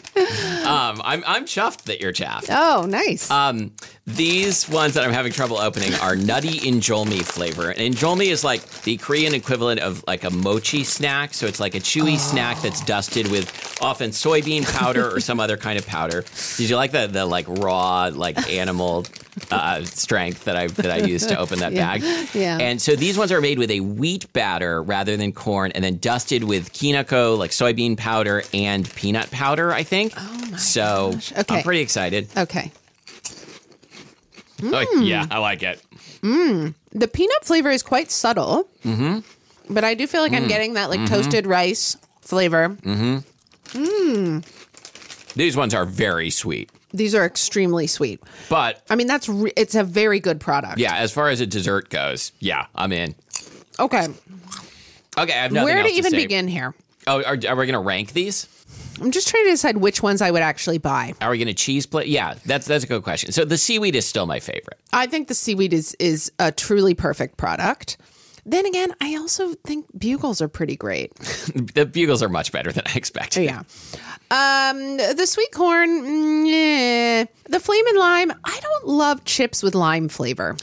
Speaker 1: Um, I'm I'm chuffed that you're chaffed.
Speaker 2: Oh, nice.
Speaker 1: Um, these ones that I'm having trouble opening are nutty injolmi flavor. And injolmi is like the Korean equivalent of like a mochi snack. So it's like a
Speaker 2: Oh.
Speaker 1: chewy snack that's dusted with often soybean powder or some other kind of powder. Did you like the the like raw like animal uh, strength that I that I used to open that
Speaker 2: Yeah.
Speaker 1: bag?
Speaker 2: Yeah.
Speaker 1: And so these ones are made with a wheat batter rather than corn, and then dusted with kinako like soybean powder and peanut powder. I think. Oh my so
Speaker 2: Okay.
Speaker 1: I'm pretty excited.
Speaker 2: okay. Mm.
Speaker 1: Like, Oh, yeah, I like it.
Speaker 2: The peanut flavor is quite subtle, mm-hmm. but I do feel like
Speaker 1: Mm.
Speaker 2: I'm getting that
Speaker 1: Mm-hmm.
Speaker 2: like toasted rice flavor.
Speaker 1: These ones are very sweet.
Speaker 2: These are extremely sweet.
Speaker 1: But
Speaker 2: I mean, that's re- it's a very good product.
Speaker 1: yeah, as far as a dessert goes, yeah, I'm in.
Speaker 2: Okay.
Speaker 1: Okay, I have nothing
Speaker 2: Where
Speaker 1: else
Speaker 2: to even
Speaker 1: say.
Speaker 2: begin here?
Speaker 1: Oh, are, are we going to rank these?
Speaker 2: I'm just trying to decide which ones I would actually buy.
Speaker 1: Are we going to cheese plate? Yeah, that's that's a good question. So the seaweed is still my favorite.
Speaker 2: I think the seaweed is is a truly perfect product. Then again, I also think bugles are pretty great.
Speaker 1: The bugles are much better than I expected.
Speaker 2: Yeah. Um, the sweet corn, mm, eh. the flame and lime. I don't love chips with lime flavor.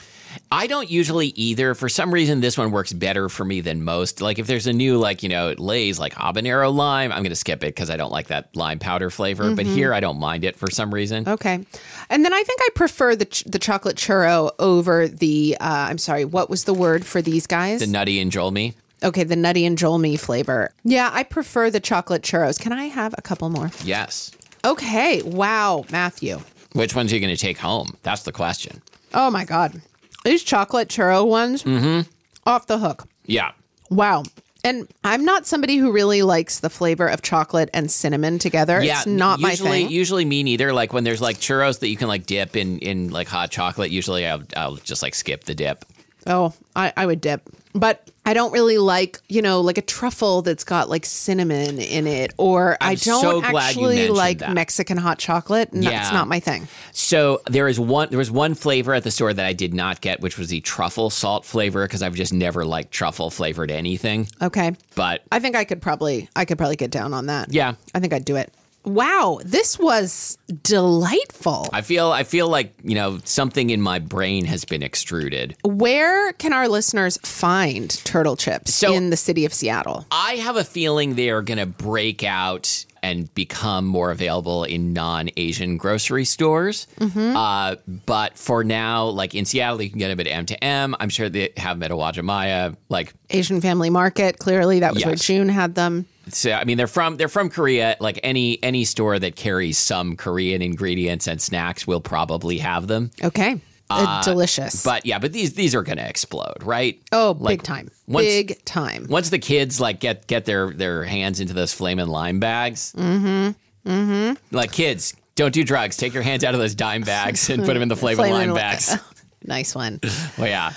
Speaker 1: I don't usually either. For some reason, this one works better for me than most. Like if there's a new like you know Lay's like habanero lime, I'm going to skip it because I don't like that lime powder flavor.
Speaker 2: Mm-hmm.
Speaker 1: But here, I don't mind it for some reason.
Speaker 2: Okay. And then I think I prefer the ch- the chocolate churro over the. Uh, I'm sorry. What was the word for these guys?
Speaker 1: The nutty and me.
Speaker 2: okay, the nutty and jolmy flavor. Yeah, I prefer the chocolate churros. Can I have a couple more?
Speaker 1: Yes.
Speaker 2: Okay. Wow, Matthew.
Speaker 1: Which ones are you going to take home? That's the question.
Speaker 2: Oh my God, these chocolate churro ones
Speaker 1: Mm-hmm.
Speaker 2: off the hook.
Speaker 1: Yeah.
Speaker 2: Wow. And I'm not somebody who really likes the flavor of chocolate and cinnamon together.
Speaker 1: Yeah,
Speaker 2: it's not
Speaker 1: usually,
Speaker 2: my thing.
Speaker 1: Usually, me neither. Like when there's like churros that you can like dip in in like hot chocolate. Usually, I'll, I'll just like skip the dip.
Speaker 2: oh, I, I would dip. But I don't really like, you know, like a truffle that's got like cinnamon in it, or I'm I do not
Speaker 1: so glad you
Speaker 2: actually
Speaker 1: mentioned
Speaker 2: like
Speaker 1: that.
Speaker 2: Mexican hot chocolate. and That's
Speaker 1: Yeah.
Speaker 2: not my thing.
Speaker 1: So there is one. There was one flavor at the store that I did not get, which was the truffle salt flavor, because I've just never liked truffle flavored anything.
Speaker 2: Okay.
Speaker 1: But
Speaker 2: I think I could probably, I could probably get down on that.
Speaker 1: Yeah.
Speaker 2: I think I'd do it. Wow, this was delightful.
Speaker 1: I feel I feel like you know something in my brain has been extruded.
Speaker 2: Where can our listeners find turtle chips
Speaker 1: So-
Speaker 2: in the city of Seattle?
Speaker 1: I have a feeling they are going to break out and become more available in non-Asian grocery stores. Uh, but for now, like in Seattle, you can get them at M2M. I'm sure they have them at Awajamaya. Like,
Speaker 2: Asian Family Market. Clearly, that was where
Speaker 1: Yes.
Speaker 2: June had them.
Speaker 1: so I mean, they're from they're from Korea. Like any any store that carries some Korean ingredients and snacks will probably have them.
Speaker 2: Okay, Uh, delicious.
Speaker 1: But yeah, but these these are going to explode, right?
Speaker 2: oh,
Speaker 1: Like,
Speaker 2: big time!
Speaker 1: once-
Speaker 2: big time!
Speaker 1: Once the kids like get get their their hands into those flame and lime bags. Mm-hmm. Mm-hmm. Like kids, don't do drugs. Take your hands out of those dime bags and put them in the flame,
Speaker 2: Flame
Speaker 1: and
Speaker 2: and
Speaker 1: lime
Speaker 2: li-
Speaker 1: bags.
Speaker 2: nice one.
Speaker 1: well, yeah,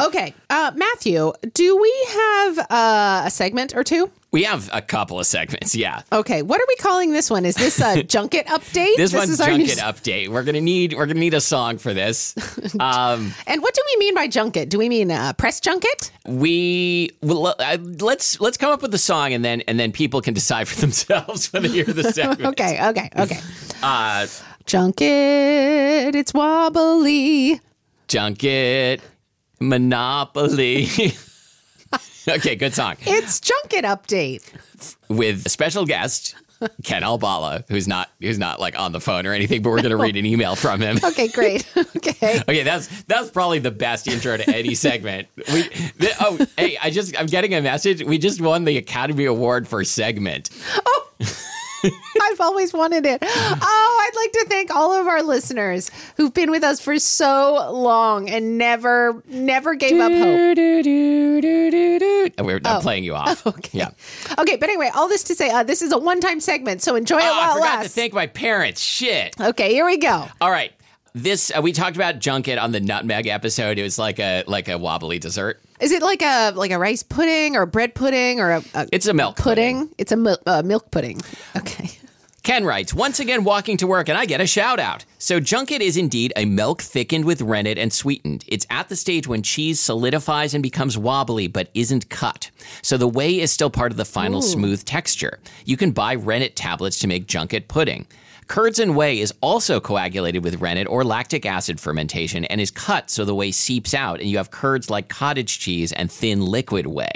Speaker 2: Okay, uh, Matthew, do we have uh, a segment or two?
Speaker 1: we have a couple of segments. Yeah.
Speaker 2: Okay, what are we calling this one? Is this a junket update?
Speaker 1: This, one's
Speaker 2: is our
Speaker 1: junket
Speaker 2: news-
Speaker 1: update. We're gonna need we're gonna need a song for this. Um,
Speaker 2: And what do we mean by junket? Do we mean uh, press junket?
Speaker 1: we well, I- let's let's come up with the song and then and then people can decide for themselves when they hear the segment.
Speaker 2: Okay, okay, okay.
Speaker 1: Uh,
Speaker 2: junket, it's wobbly.
Speaker 1: junket, Monopoly. okay, good song.
Speaker 2: It's junket update.
Speaker 1: with a special guest Ken Albala, who's not who's not like on the phone or anything, but we're gonna read an email from him.
Speaker 2: Okay, great. okay.
Speaker 1: Okay, that's that's probably the best intro to any segment. We th- oh hey, I just I'm getting a message. We just won the Academy Award for segment.
Speaker 2: I've always wanted it. Oh, I'd like to thank all of our listeners who've been with us for so long and never, never gave up hope. Oh.
Speaker 1: And Oh, we're I'm playing you off. okay. Yeah.
Speaker 2: Okay, but anyway, all this to say, uh, this is a one-time segment, so enjoy it
Speaker 1: Oh, I
Speaker 2: while it
Speaker 1: forgot to
Speaker 2: lasts.
Speaker 1: thank my parents. Shit.
Speaker 2: okay, here we go.
Speaker 1: All right. This uh, we talked about junket on the nutmeg episode. It was like a like a wobbly dessert.
Speaker 2: Is it like a like a rice pudding or a bread pudding or a, a
Speaker 1: It's a milk
Speaker 2: pudding? It's a mil- uh, milk pudding. Okay.
Speaker 1: Ken writes, once again walking to work, and I get a shout out. So, Junket is indeed a milk thickened with rennet and sweetened. It's at the stage when cheese solidifies and becomes wobbly, but isn't cut. So, the whey is still part of the final smooth texture. You can buy rennet tablets to make Junket pudding. Curds and whey is also coagulated with rennet or lactic acid fermentation and is cut so the whey seeps out, and you have curds like cottage cheese and thin liquid whey.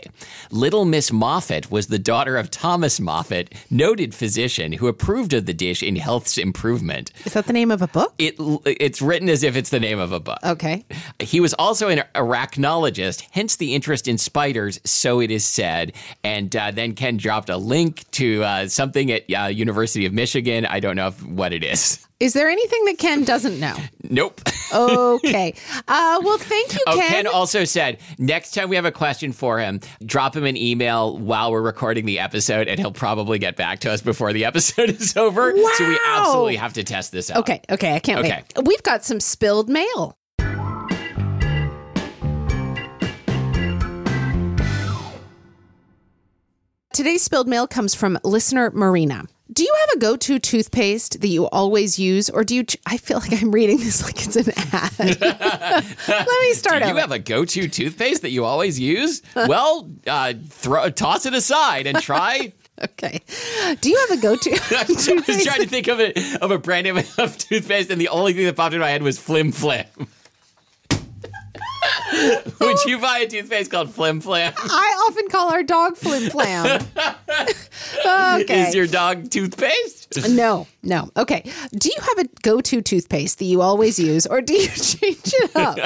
Speaker 1: Little Miss Moffat was the daughter of Thomas Moffat, noted physician who approved of the dish in Health's Improvement.
Speaker 2: Is that the name of a book?
Speaker 1: It, it's written as if it's the name of a book.
Speaker 2: Okay.
Speaker 1: He was also an arachnologist, hence the interest in spiders, so it is said. And uh, then Ken dropped a link to uh, something at uh, University of Michigan. I don't know if, what it is.
Speaker 2: Is there anything that Ken doesn't know?
Speaker 1: Nope.
Speaker 2: Okay. Uh, well, thank you,
Speaker 1: Oh,
Speaker 2: Ken.
Speaker 1: Ken also said next time we have a question for him, drop him an email while we're recording the episode, and he'll probably get back to us before the episode is over. So we
Speaker 2: Wow.
Speaker 1: absolutely have to test this out.
Speaker 2: okay. Okay. I can't
Speaker 1: Okay.
Speaker 2: wait. We've got some spilled mail. Today's spilled mail comes from listener Marina. Do you have a go to toothpaste that you always use, or do you? Ch- I feel like I'm reading this like it's an ad. Let me start
Speaker 1: Do you
Speaker 2: over.
Speaker 1: have a go-to toothpaste that you always use? Well, uh, throw, toss it aside and try.
Speaker 2: okay. Do you have a go to
Speaker 1: I was
Speaker 2: toothpaste?
Speaker 1: trying to think of a of a brand name of toothpaste, and the only thing that popped into my head was Flim Flam. Would you buy a toothpaste called Flim Flam?
Speaker 2: I often call our dog Flim Flam. okay.
Speaker 1: Is your dog toothpaste?
Speaker 2: no, no. Okay. Do you have a go to toothpaste that you always use or do you change it up?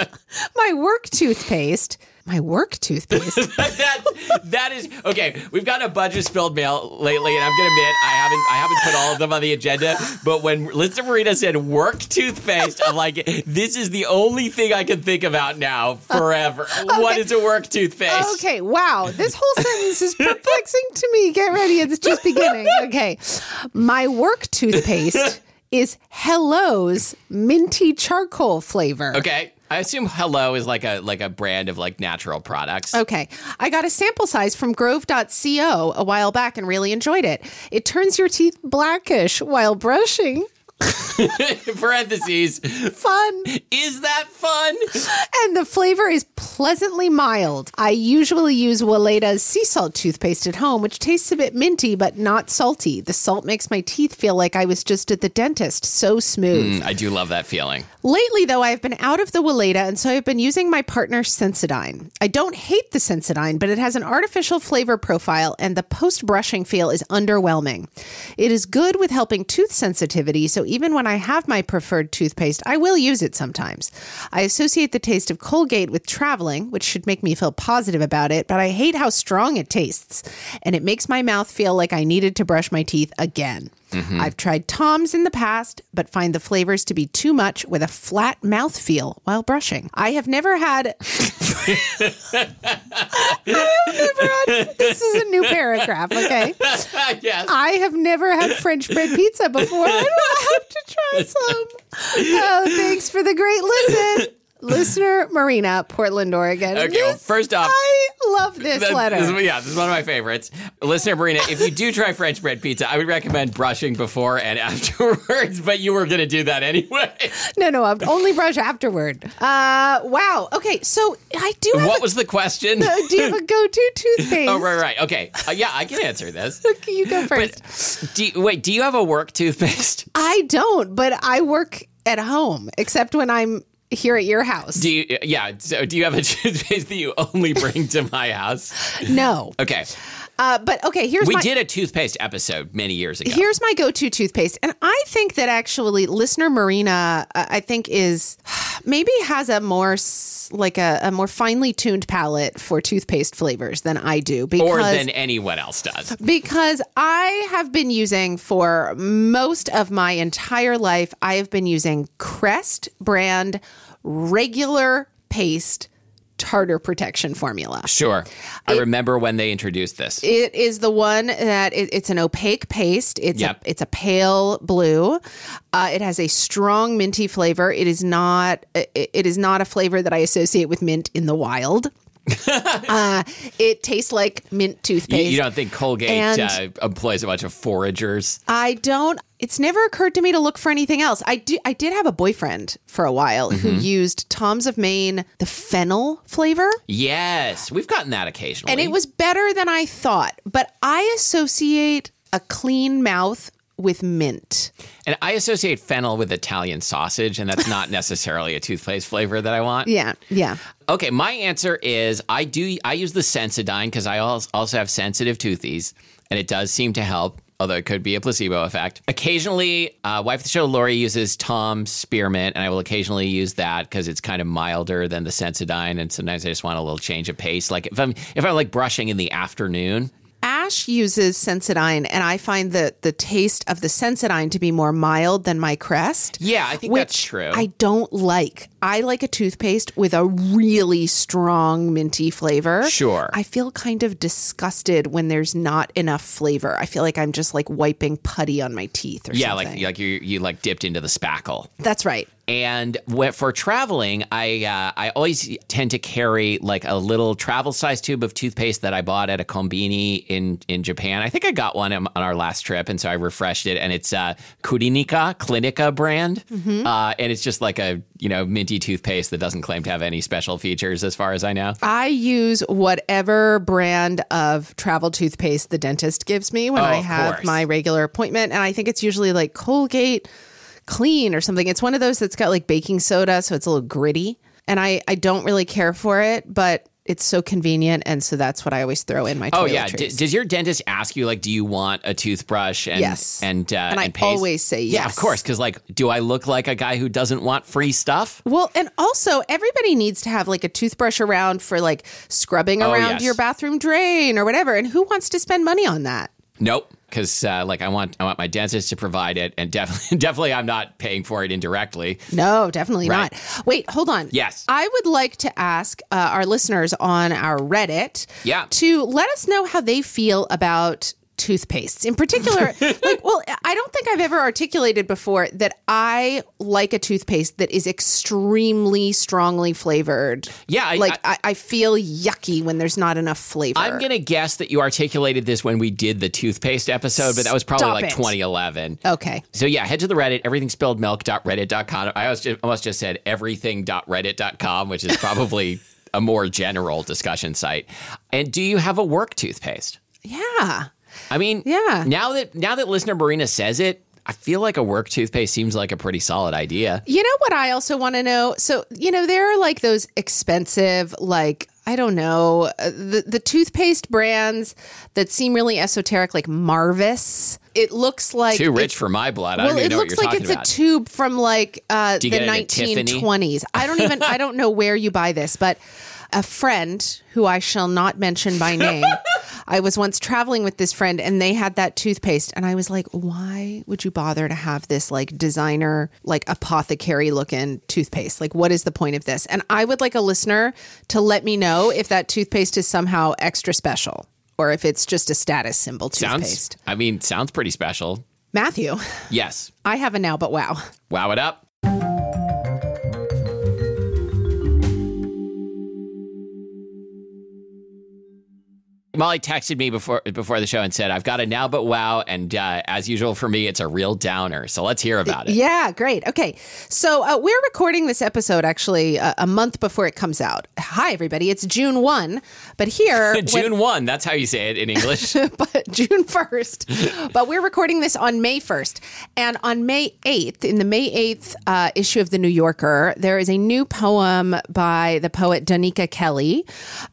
Speaker 2: My work toothpaste. My work toothpaste.
Speaker 1: that that is okay. We've gotten a bunch of spilled mail lately, and I'm gonna admit I haven't I haven't put all of them on the agenda. But when Lisa Marina said work toothpaste, I'm like, this is the only thing I can think about now forever. What is a work toothpaste?
Speaker 2: Okay, wow. This whole sentence is perplexing to me. Get ready. It's just beginning. Okay. My work toothpaste is Hello's minty charcoal flavor.
Speaker 1: Okay. I assume Hello is like a like a brand of like natural products.
Speaker 2: Okay. I got a sample size from grove.co a while back and really enjoyed it. It turns your teeth blackish while brushing.
Speaker 1: Parentheses.
Speaker 2: Fun.
Speaker 1: Is that fun?
Speaker 2: And the flavor is pleasantly mild. I usually use Waleda's sea salt toothpaste at home, which tastes a bit minty but not salty. The salt makes my teeth feel like I was just at the dentist. So smooth.
Speaker 1: I do love that feeling.
Speaker 2: Lately, though, I have been out of the Weleda, and so I've been using my partner Sensodyne. I don't hate the Sensodyne, but it has an artificial flavor profile, and the post brushing feel is underwhelming. It is good with helping tooth sensitivity, so even when I have my preferred toothpaste, I will use it sometimes. I associate the taste of Colgate with traveling, which should make me feel positive about it, but I hate how strong it tastes, and it makes my mouth feel like I needed to brush my teeth again. I've tried Tom's in the past, but find the flavors to be too much with a flat mouth feel while brushing. I have never had. I have never had. This is a new paragraph, okay?
Speaker 1: yes.
Speaker 2: I have never had French bread pizza before. I will have to try some. Oh, thanks for the great listen. Listener Marina, Portland, Oregon.
Speaker 1: Okay, well,
Speaker 2: This-
Speaker 1: first off-
Speaker 2: I love this
Speaker 1: That-
Speaker 2: letter.
Speaker 1: this is- yeah, this is one of my favorites. Listener Marina, if you do try French bread pizza, I would recommend brushing before and afterwards, but you were going to do that anyway.
Speaker 2: No, no, I'll only brush afterward. Uh, wow. Okay, so I do have
Speaker 1: What was the question?
Speaker 2: a, do you have a go-to toothpaste.
Speaker 1: Oh, right, right. Okay. Uh, yeah, I can answer this.
Speaker 2: Okay, you go first.
Speaker 1: Do you- wait, do you have a work toothpaste?
Speaker 2: I don't, but I work at home except when I'm here at your house.
Speaker 1: Do you? Yeah. So do you have a cheese paste that you only bring to my house?
Speaker 2: no.
Speaker 1: Okay.
Speaker 2: Uh, but okay, here's
Speaker 1: We
Speaker 2: my
Speaker 1: did a toothpaste episode many years ago.
Speaker 2: here's my go-to toothpaste and i think that actually listener marina uh, i think is maybe has a more s- like a, a more finely tuned palette for toothpaste flavors than i do because
Speaker 1: Or than anyone else does.
Speaker 2: because I have been using for most of my entire life, I have been using Crest brand regular paste tartar protection formula.
Speaker 1: Sure. I remember when they introduced this.
Speaker 2: It is the one that it, it's an opaque paste. It's
Speaker 1: Yep.
Speaker 2: a it's a pale blue. Uh, it has a strong minty flavor. It is not it, it is not a flavor that I associate with mint in the wild. uh, it tastes like mint
Speaker 1: You,
Speaker 2: toothpaste.
Speaker 1: you don't think Colgate
Speaker 2: And-
Speaker 1: uh, employs a bunch of foragers?
Speaker 2: I don't. It's never occurred to me to look for anything else. I do. I did have a boyfriend for a while who
Speaker 1: Mm-hmm.
Speaker 2: used Tom's of Maine the fennel flavor.
Speaker 1: Yes, we've gotten that occasionally.
Speaker 2: And it was better than I thought. But I associate a clean mouth with mint.
Speaker 1: And I associate fennel with Italian sausage, and that's not necessarily a toothpaste flavor that I want.
Speaker 2: Yeah, yeah.
Speaker 1: Okay, my answer is I do. I use the Sensodyne because I als- also have sensitive toothies, and it does seem to help. Although it could be a placebo effect. Occasionally, uh, wife of the show Lori uses Tom Spearmint, and I will occasionally use that because it's kind of milder than the Sensodyne, and sometimes I just want a little change of pace. Like if I'm if I'm like brushing in the afternoon,
Speaker 2: Ash uses Sensodyne, and I find the the taste of the Sensodyne to be more mild than my Crest.
Speaker 1: Yeah, I think
Speaker 2: which
Speaker 1: that's true.
Speaker 2: I don't like. I like a toothpaste with a really strong minty flavor.
Speaker 1: Sure.
Speaker 2: I feel kind of disgusted when there's not enough flavor. I feel like I'm just like wiping putty on my teeth or
Speaker 1: yeah,
Speaker 2: something.
Speaker 1: like like you you like dipped into the spackle.
Speaker 2: That's right.
Speaker 1: And when, for traveling, I uh, I always tend to carry like a little travel size tube of toothpaste that I bought at a kombini in in Japan. I think I got one on on our last trip, and so I refreshed it. And it's uh, Kudinika Clinica brand, uh, and it's just like a you know minty toothpaste that doesn't claim to have any special features, as far as I know.
Speaker 2: I use whatever brand of travel toothpaste the dentist gives me when I
Speaker 1: Oh, of
Speaker 2: have
Speaker 1: course.
Speaker 2: my regular appointment. And I think it's usually like Colgate Clean or something. It's one of those that's got like baking soda, so it's a little gritty. And I, I don't really care for it, but it's so convenient. And so that's what I always throw in my
Speaker 1: Oh
Speaker 2: toiletries.
Speaker 1: yeah, D- does your dentist ask you like, do you want a toothbrush and
Speaker 2: Yes.
Speaker 1: and uh,
Speaker 2: And I
Speaker 1: paste?
Speaker 2: always say
Speaker 1: Yeah, of
Speaker 2: yes.
Speaker 1: course, because like, do I look like a guy who doesn't want free stuff?
Speaker 2: Well, and also everybody needs to have like a toothbrush around for like scrubbing around
Speaker 1: Oh, yes.
Speaker 2: your bathroom drain or whatever. And who wants to spend money on that?
Speaker 1: Nope, because uh, like I want I want my dentist to provide it, and definitely definitely I'm not paying for it indirectly.
Speaker 2: No, definitely
Speaker 1: Right.
Speaker 2: not. Wait, hold on.
Speaker 1: Yes.
Speaker 2: I would like to ask uh, our listeners on our Reddit
Speaker 1: Yeah.
Speaker 2: to let us know how they feel about toothpastes. In particular, like, well, I don't think I've ever articulated before that I like a toothpaste that is extremely strongly flavored.
Speaker 1: Yeah, I-
Speaker 2: like, er. I, I feel yucky when there's not enough flavor.
Speaker 1: I'm gonna guess that you articulated this when we did the toothpaste episode, but that was probably
Speaker 2: Stop
Speaker 1: like
Speaker 2: it.
Speaker 1: 2011.
Speaker 2: okay.
Speaker 1: So yeah, head to the Reddit, everythingspilledmilk.reddit.com. I almost just, almost just said everything.reddit.com, which is probably a more general discussion site. And do you have a work toothpaste?
Speaker 2: Yeah.
Speaker 1: I mean,
Speaker 2: Yeah.
Speaker 1: Now that now that listener Marina says it, I feel like a work toothpaste seems like a pretty solid idea.
Speaker 2: You know what I also want to know? So, you know, there are like those expensive, like, I don't know, uh, the, the toothpaste brands that seem really esoteric, like Marvis. It looks like.
Speaker 1: Too rich for my blood. I
Speaker 2: Well,
Speaker 1: don't even
Speaker 2: it
Speaker 1: know what
Speaker 2: looks
Speaker 1: you're
Speaker 2: like
Speaker 1: talking
Speaker 2: it's
Speaker 1: about.
Speaker 2: a tube from like uh, the
Speaker 1: you get it at Tiffany?
Speaker 2: 1920s. I don't even, I don't know where you buy this, but a friend who I shall not mention by name, I was once traveling with this friend and they had that toothpaste. And I was like, why would you bother to have this like designer, like apothecary looking toothpaste? Like, what is the point of this? And I would like a listener to let me know if that toothpaste is somehow extra special or if it's just a status symbol
Speaker 1: Sounds.
Speaker 2: toothpaste.
Speaker 1: I mean, sounds pretty special.
Speaker 2: Matthew,
Speaker 1: Yes.
Speaker 2: I have a now, but wow.
Speaker 1: Wow it up. Molly texted me before before the show and said, "I've got a now, but wow." And uh, as usual for me, it's a real downer. So let's hear about it.
Speaker 2: Yeah, great. Okay. So uh, we're recording this episode actually uh, a month before it comes out. Hi, everybody. It's June 1, but here. when-
Speaker 1: June one. That's how you say it in English.
Speaker 2: but June 1st. But we're recording this on May 1st. And on May 8th, in the May 8th uh, issue of The New Yorker, there is a new poem by the poet Danica Kelly.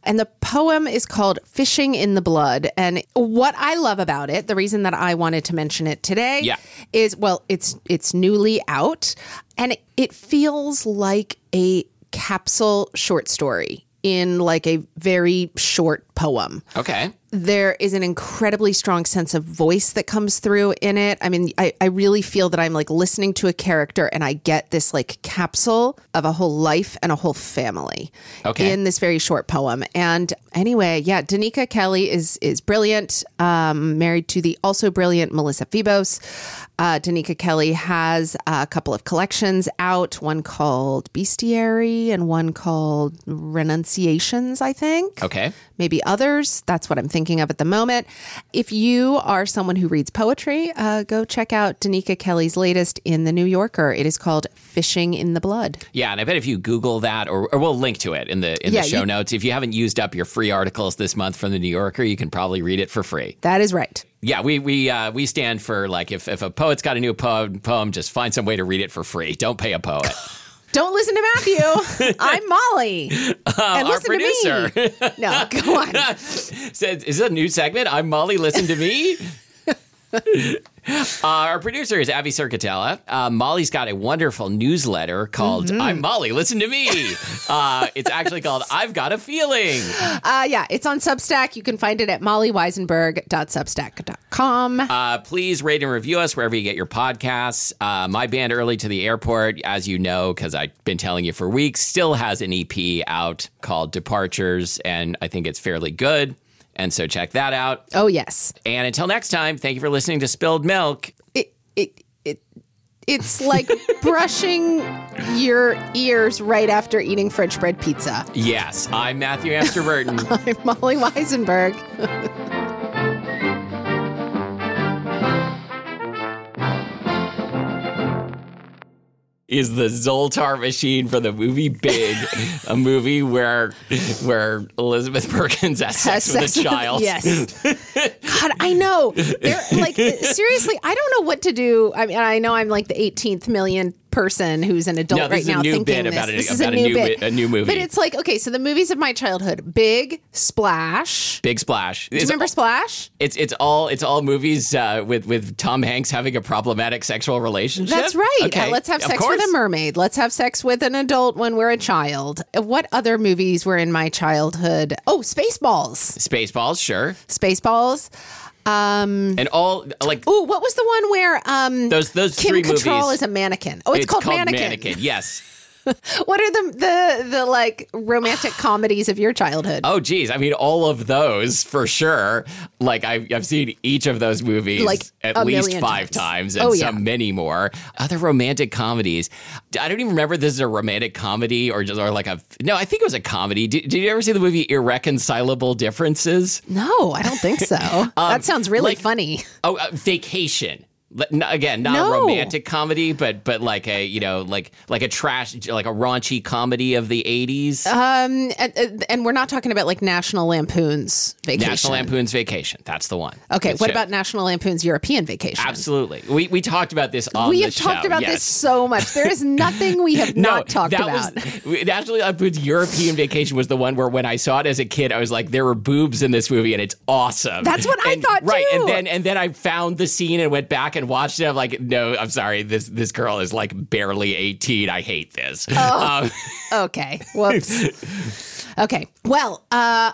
Speaker 2: And the poem is called Fishing in the Blood. And what I love about it, the reason that I wanted to mention it today
Speaker 1: Yeah.
Speaker 2: is well, it's it's newly out and it, it feels like a capsule short story in like a very short poem
Speaker 1: okay.
Speaker 2: there is an incredibly strong sense of voice that comes through in it. I mean, I, I really feel that I'm like listening to a character and I get this like capsule of a whole life and a whole family
Speaker 1: Okay.
Speaker 2: in this very short poem. And anyway, yeah, Danica Kelly is is brilliant, um, married to the also brilliant Melissa Phoebos. Uh, Danica Kelly has a couple of collections out, one called Bestiary and one called Renunciations, I think
Speaker 1: Okay.
Speaker 2: maybe others. That's what I'm thinking of at the moment. If you are someone who reads poetry, uh, go check out Danica Kelly's latest in The New Yorker. It is called Fishing in the Blood.
Speaker 1: Yeah, and I bet if you Google that, or, or we'll link to it in the in
Speaker 2: Yeah,
Speaker 1: the show
Speaker 2: you-
Speaker 1: notes. If you haven't used up your free articles this month from the New Yorker, you can probably read it for free.
Speaker 2: That is right.
Speaker 1: Yeah, we we uh, we stand for like if if a poet's got a new poem, poem, just find some way to read it for free. Don't pay a poet.
Speaker 2: Don't listen to Matthew. I'm Molly. and
Speaker 1: our
Speaker 2: listen to me. No, go on.
Speaker 1: So is this a new segment? I'm Molly. Listen to me. Uh, our producer is Abby Circatella. Uh, Molly's got a wonderful newsletter called "I'm Molly, Listen to Me." Uh, it's actually called "I've Got a Feeling."
Speaker 2: Uh, yeah, it's on Substack. You can find it at mollyweisenberg.substack.com.
Speaker 1: Uh, please rate and review us wherever you get your podcasts. Uh, My Band Early to the Airport, as you know, because I've been telling you for weeks, still has an EP out called Departures, and I think it's fairly good. And so check that out.
Speaker 2: oh, yes.
Speaker 1: And until next time, thank you for listening to Spilled Milk.
Speaker 2: it it it it's like brushing your ears right after eating French bread pizza.
Speaker 1: Yes, I'm Matthew Amster Burton.
Speaker 2: I'm Molly Weisenberg.
Speaker 1: is the Zoltar machine for the movie Big, a movie where where Elizabeth Perkins has sex with a
Speaker 2: Assassin-
Speaker 1: child.
Speaker 2: Yes. God, I know. They're like seriously, I don't know what to do. I mean, I know I'm like the 18th million person who's an adult
Speaker 1: No, this
Speaker 2: right
Speaker 1: is a
Speaker 2: now
Speaker 1: new
Speaker 2: thinking
Speaker 1: bit about
Speaker 2: this.
Speaker 1: a-
Speaker 2: this
Speaker 1: about a
Speaker 2: is a
Speaker 1: new
Speaker 2: new bit,
Speaker 1: bit- a new movie.
Speaker 2: But it's like okay, so the movies of my childhood: Big Splash.
Speaker 1: Big Splash.
Speaker 2: Do you
Speaker 1: It's,
Speaker 2: remember Splash?
Speaker 1: it's it's all it's all movies uh, with with Tom Hanks having a problematic sexual relationship.
Speaker 2: That's right.
Speaker 1: Okay.
Speaker 2: Uh, let's have
Speaker 1: Of
Speaker 2: sex
Speaker 1: course.
Speaker 2: with a mermaid. Let's have sex with an adult when we're a child. Uh, What other movies were in my childhood? Oh, Spaceballs.
Speaker 1: Spaceballs, sure,
Speaker 2: Spaceballs. Um,
Speaker 1: and all like
Speaker 2: oh, what was the one where um,
Speaker 1: those those
Speaker 2: Kim
Speaker 1: three
Speaker 2: Cattrall is
Speaker 1: movies.
Speaker 2: a mannequin? Oh, it's, called, mannequin.
Speaker 1: Yes.
Speaker 2: What are the the the like romantic comedies of your childhood?
Speaker 1: Oh, geez. I mean, all of those for sure. Like, I've, I've seen each of those movies
Speaker 2: Like,
Speaker 1: at
Speaker 2: a
Speaker 1: least
Speaker 2: million
Speaker 1: five
Speaker 2: times.
Speaker 1: times, and
Speaker 2: Oh, yeah.
Speaker 1: some many more. Other romantic comedies. I don't even remember if this is a romantic comedy or just or like a. No, I think it was a comedy. Did, did you ever see the movie Irreconcilable Differences?
Speaker 2: No, I don't think so. that sounds really
Speaker 1: Um, like-
Speaker 2: funny.
Speaker 1: Oh, uh, Vacation. But n- Again, not a
Speaker 2: No.
Speaker 1: romantic comedy, but but like a you know like like a trash like a raunchy comedy of the eighties.
Speaker 2: Um, and- and, and we're not talking about like National Lampoon's vacation.
Speaker 1: National Lampoon's Vacation. That's the one.
Speaker 2: Okay,
Speaker 1: With
Speaker 2: what
Speaker 1: Chip.
Speaker 2: about National Lampoon's European vacation?
Speaker 1: Absolutely. We we talked about this on
Speaker 2: we
Speaker 1: the
Speaker 2: have talked
Speaker 1: show,
Speaker 2: about
Speaker 1: yes.
Speaker 2: this so much. There is nothing we have
Speaker 1: No,
Speaker 2: not talked
Speaker 1: that
Speaker 2: about.
Speaker 1: was we- National Lampoon's European Vacation was the one where when I saw it as a kid, I was like, there were boobs in this movie, and it's awesome.
Speaker 2: That's what I
Speaker 1: And-
Speaker 2: thought,
Speaker 1: Right, and
Speaker 2: too.
Speaker 1: then and then I found the scene and went back and watched it. I'm like, no, I'm sorry, this this girl is like barely 18. I
Speaker 2: Oh.
Speaker 1: hate this. Um,
Speaker 2: okay. Whoops. okay. Well, uh,